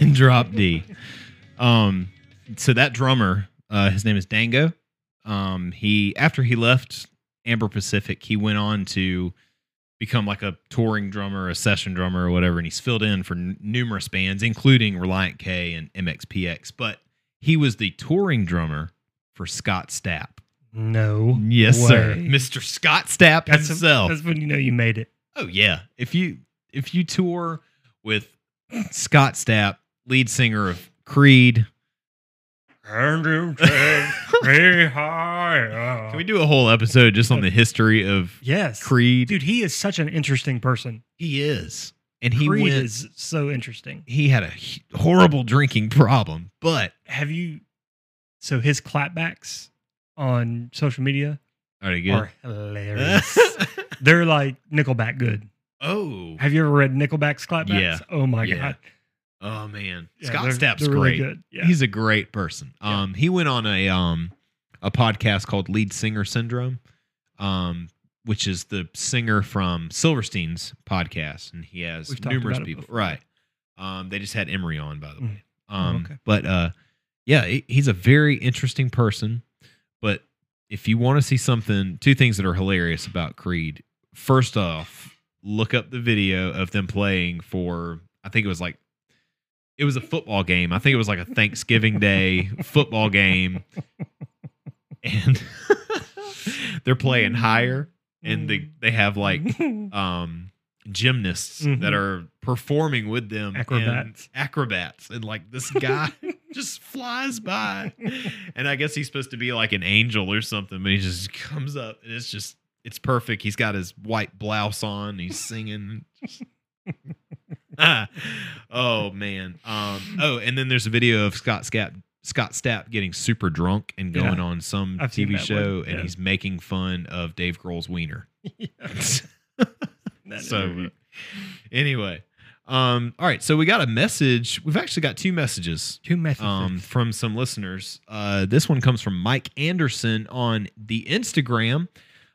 Speaker 4: and drop D. Um, so that drummer, uh, his name is Dango. Um, he after he left Amber Pacific, he went on to become like a touring drummer, a session drummer, or whatever, and he's filled in for n- numerous bands, including Reliant K and MXPX. But he was the touring drummer for Scott Stapp.
Speaker 1: No.
Speaker 4: Yes, sir,
Speaker 1: way.
Speaker 4: Mr. Scott Stapp
Speaker 1: That's,
Speaker 4: himself.
Speaker 1: that's when you know you made it.
Speaker 4: Oh yeah. If you if you tour with Scott Stapp, lead singer of Creed,
Speaker 1: Andrew, very high.
Speaker 4: can we do a whole episode just on the history of
Speaker 1: Yes.
Speaker 4: Creed?
Speaker 1: Dude, he is such an interesting person.
Speaker 4: he is, and he
Speaker 1: Creed
Speaker 4: went.
Speaker 1: is so interesting.
Speaker 4: He had a h- horrible drinking problem, but
Speaker 1: Have you? So his clapbacks on social media
Speaker 4: are they
Speaker 1: are hilarious. They're like Nickelback good.
Speaker 4: oh,
Speaker 1: Have you ever read Nickelback's clapbacks?
Speaker 4: Yeah.
Speaker 1: Oh my
Speaker 4: Yeah.
Speaker 1: god.
Speaker 4: oh man,
Speaker 1: Yeah,
Speaker 4: Scott
Speaker 1: they're-
Speaker 4: Stapp's
Speaker 1: they're Really
Speaker 4: great.
Speaker 1: good. Yeah.
Speaker 4: He's a great person. Um, he went on a um a podcast called Lead Singer Syndrome, um, which is the singer from Silverstein's podcast, and he has
Speaker 1: We've talked
Speaker 4: numerous
Speaker 1: about it
Speaker 4: people.
Speaker 1: before.
Speaker 4: Right. Um, they just had Emery on, by the
Speaker 1: Mm.
Speaker 4: way. Um,
Speaker 1: okay.
Speaker 4: but uh, yeah, he- he's a very interesting person. But if you want to see something, two things that are hilarious about Creed. First off, look up the video of them playing for. I think it was like it was a football game. I think it was like a Thanksgiving Day football game. And they're playing higher and they, they have like um gymnasts that
Speaker 1: Mhm.
Speaker 4: are performing with them and
Speaker 1: Acrobats.
Speaker 4: acrobats and like this guy just flies by. and I guess he's supposed to be like an angel or something, but he just comes up and it's just it's perfect. He's got his white blouse on, he's singing. Just- Ah. oh man. Um oh, and then there's a video of Scott Scap Scott Stapp getting super drunk and going
Speaker 1: Yeah.
Speaker 4: on some
Speaker 1: I've seen
Speaker 4: TV
Speaker 1: that
Speaker 4: show
Speaker 1: one.
Speaker 4: and
Speaker 1: Yeah.
Speaker 4: he's making fun of Dave Grohl's wiener.
Speaker 1: That
Speaker 4: so
Speaker 1: interview.
Speaker 4: anyway, um all right, so we got a message. We've actually got two messages
Speaker 1: two methods.
Speaker 4: um, from some listeners. Uh, this one comes from Mike Anderson on the Instagram.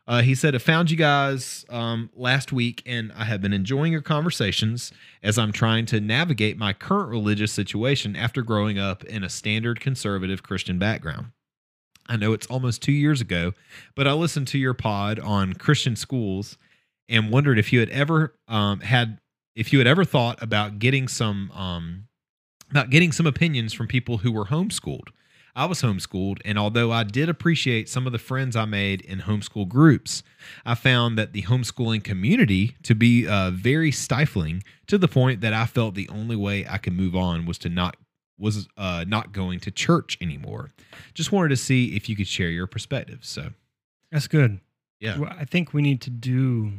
Speaker 4: Uh, he said, I found you guys um, last week and I have been enjoying your conversations as I'm trying to navigate my current religious situation after growing up in a standard conservative Christian background. I know it's almost two years ago, but I listened to your pod on Christian schools and wondered if you had ever um, had if you had ever thought about getting some um, about getting some opinions from people who were homeschooled. I was homeschooled, and although I did appreciate some of the friends I made in homeschool groups, I found that the homeschooling community to be uh, very stifling to the point that I felt the only way I could move on was to not was uh, not going to church anymore. Just wanted to see if you could share your perspective. So
Speaker 1: That's good.
Speaker 4: Yeah.
Speaker 1: Well, I think we need to do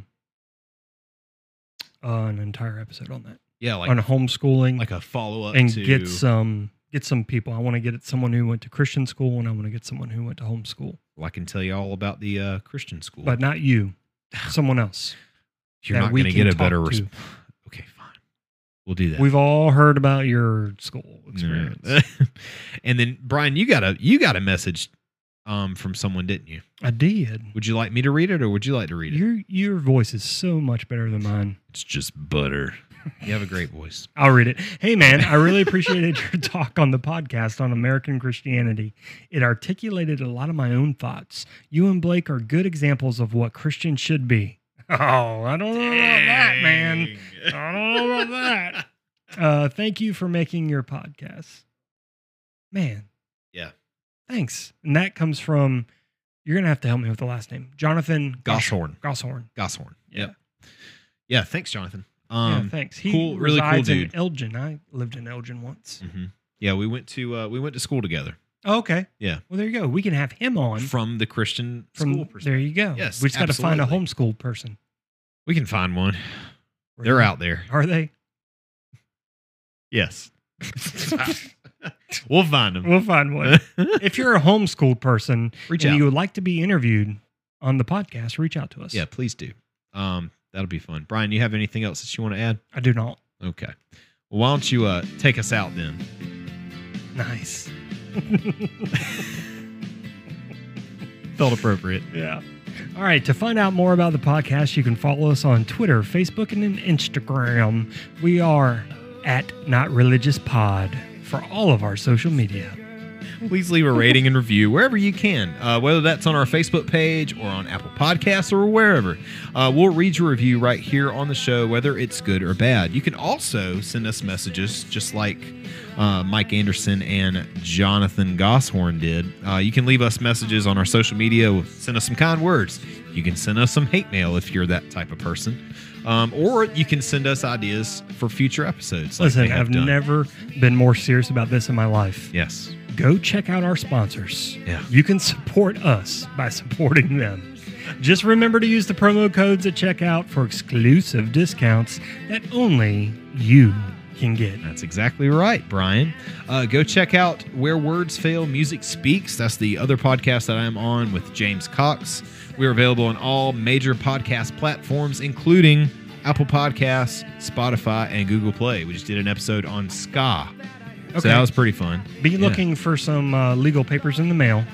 Speaker 1: an entire episode on that
Speaker 4: yeah, like
Speaker 1: on homeschooling
Speaker 4: like a follow up
Speaker 1: and
Speaker 4: to
Speaker 1: get some get some people. I want to get someone who went to Christian school and I want to get someone who went to homeschool,
Speaker 4: well, I can tell you all about the uh, Christian school,
Speaker 1: but not you, someone else.
Speaker 4: you're
Speaker 1: that
Speaker 4: not
Speaker 1: we
Speaker 4: going to
Speaker 1: can
Speaker 4: get a
Speaker 1: talk
Speaker 4: better
Speaker 1: to.
Speaker 4: response. Okay, fine, we'll do that.
Speaker 1: We've all heard about your school
Speaker 4: No.
Speaker 1: experience.
Speaker 4: and then Brian, you got a you got a message um from someone, didn't you?
Speaker 1: I did.
Speaker 4: Would you like me to read it or would you like to read it?
Speaker 1: Your your voice is so much better than mine.
Speaker 4: it's just butter. You have a great voice.
Speaker 1: I'll read it. Hey, man, I really appreciated your talk on the podcast on American Christianity. It articulated a lot of my own thoughts. You and Blake are good examples of what Christians should be. Oh, I don't know about that, man. I don't know about that. Uh, thank you for making your podcast. Man.
Speaker 4: Yeah.
Speaker 1: Thanks. And that comes from, you're going to have to help me with the last name Jonathan Gosh-
Speaker 4: Goshorn.
Speaker 1: Gosshorn.
Speaker 4: Goshorn.
Speaker 1: Yeah.
Speaker 4: Yep. Yeah, thanks, Jonathan.
Speaker 1: Yeah,
Speaker 4: Um
Speaker 1: thanks. He
Speaker 4: cool- really cool
Speaker 1: resides in
Speaker 4: dude.
Speaker 1: Elgin. I lived in Elgin once.
Speaker 4: mhm. yeah, we went to uh we went to school together
Speaker 1: Oh, okay.
Speaker 4: Yeah.
Speaker 1: Well, there you go. We can have him on from,
Speaker 4: from the Christian school perspective.
Speaker 1: there. You go.
Speaker 4: Yes,
Speaker 1: We just got to find a
Speaker 4: absolutely.
Speaker 1: homeschool person.
Speaker 4: We can find one. They're out there.
Speaker 1: Are they?
Speaker 4: Yes. we'll find them.
Speaker 1: We'll find one. if you're a homeschool person
Speaker 4: Reach
Speaker 1: and
Speaker 4: out.
Speaker 1: you would like to be interviewed on the podcast, reach out to us.
Speaker 4: yeah, please do. Um that'll be fun. Brian, you have anything else that you want to add?
Speaker 1: I do not.
Speaker 4: Okay. Well, why don't you uh, take us out then?
Speaker 1: Nice.
Speaker 4: Felt appropriate.
Speaker 1: Yeah. All right. To find out more about the podcast, you can follow us on Twitter, Facebook, and then Instagram. We are at Not Religious Pod for all of our social media.
Speaker 4: Please leave a rating and review wherever you can, uh, whether that's on our Facebook page or on Apple Podcasts or wherever. Uh, we'll read your review right here on the show, whether it's good or bad. You can also send us messages, just like uh, Mike Anderson and Jonathan Gosshorn did. Uh, you can leave us messages on our social media, send us some kind words. You can send us some hate mail if you're that type of person. Um, or you can send us ideas for future episodes. Like they
Speaker 1: Listen,
Speaker 4: have
Speaker 1: I've
Speaker 4: done.
Speaker 1: never been more serious about this in my life.
Speaker 4: Yes.
Speaker 1: Go check out our sponsors.
Speaker 4: Yeah.
Speaker 1: You can support us by supporting them. Just remember to use the promo codes at checkout for exclusive discounts that only you can get.
Speaker 4: That's exactly right, Brian. Uh, go check out Where Words Fail, Music Speaks. That's the other podcast that I'm on with James Cox. We're available on all major podcast platforms, including Apple Podcasts, Spotify, and Google Play. We just did an episode on Ska. So
Speaker 1: Okay.
Speaker 4: that was pretty fun.
Speaker 1: Be
Speaker 4: Yeah.
Speaker 1: looking for some uh, legal papers in the mail.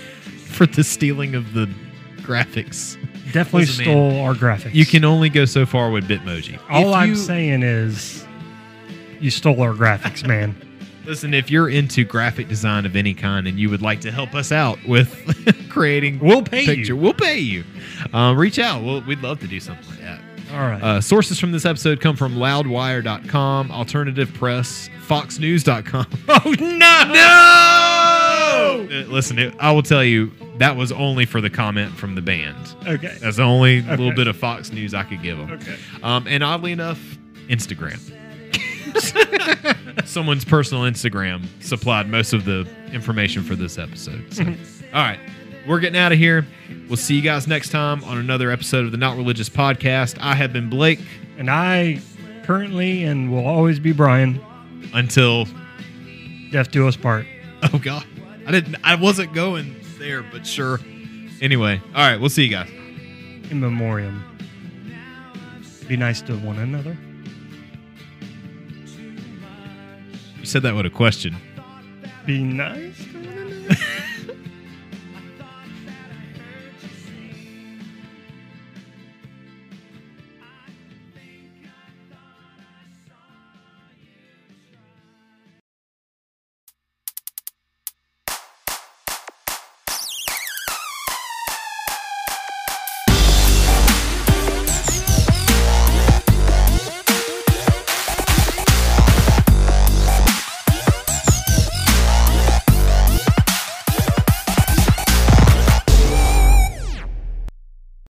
Speaker 4: for the stealing of the graphics.
Speaker 1: Definitely
Speaker 4: Listen,
Speaker 1: stole our graphics.
Speaker 4: You can only go so far with Bitmoji.
Speaker 1: All
Speaker 4: If
Speaker 1: I'm
Speaker 4: you-
Speaker 1: saying is, you stole our graphics, man.
Speaker 4: Listen, if you're into graphic design of any kind and you would like to help us out with creating
Speaker 1: We'll pay you.
Speaker 4: picture, we'll pay you. Um, reach out. We'll, we'd love to do something like that.
Speaker 1: All right.
Speaker 4: Uh, sources from this episode come from loudwire.com, alternative press, foxnews.com. Oh, no! No! Listen, it, I will tell you, that was only for the comment from the band.
Speaker 1: okay.
Speaker 4: That's the only little
Speaker 1: Okay.
Speaker 4: bit of Fox News I could give them.
Speaker 1: Okay.
Speaker 4: Um, and oddly enough, Instagram. Someone's personal Instagram supplied most of the information for this episode. So, all right, we're getting out of here. We'll see you guys next time on another episode of the Not Religious Podcast. I have been Blake
Speaker 1: And I currently and will always be Brian.
Speaker 4: until
Speaker 1: Death do us part.
Speaker 4: oh god, I didn't, I wasn't going there, but sure. Anyway, all right, we'll see you guys.
Speaker 1: in memoriam. Be nice to one another.
Speaker 4: You said that with a question.
Speaker 1: Be nice to one another.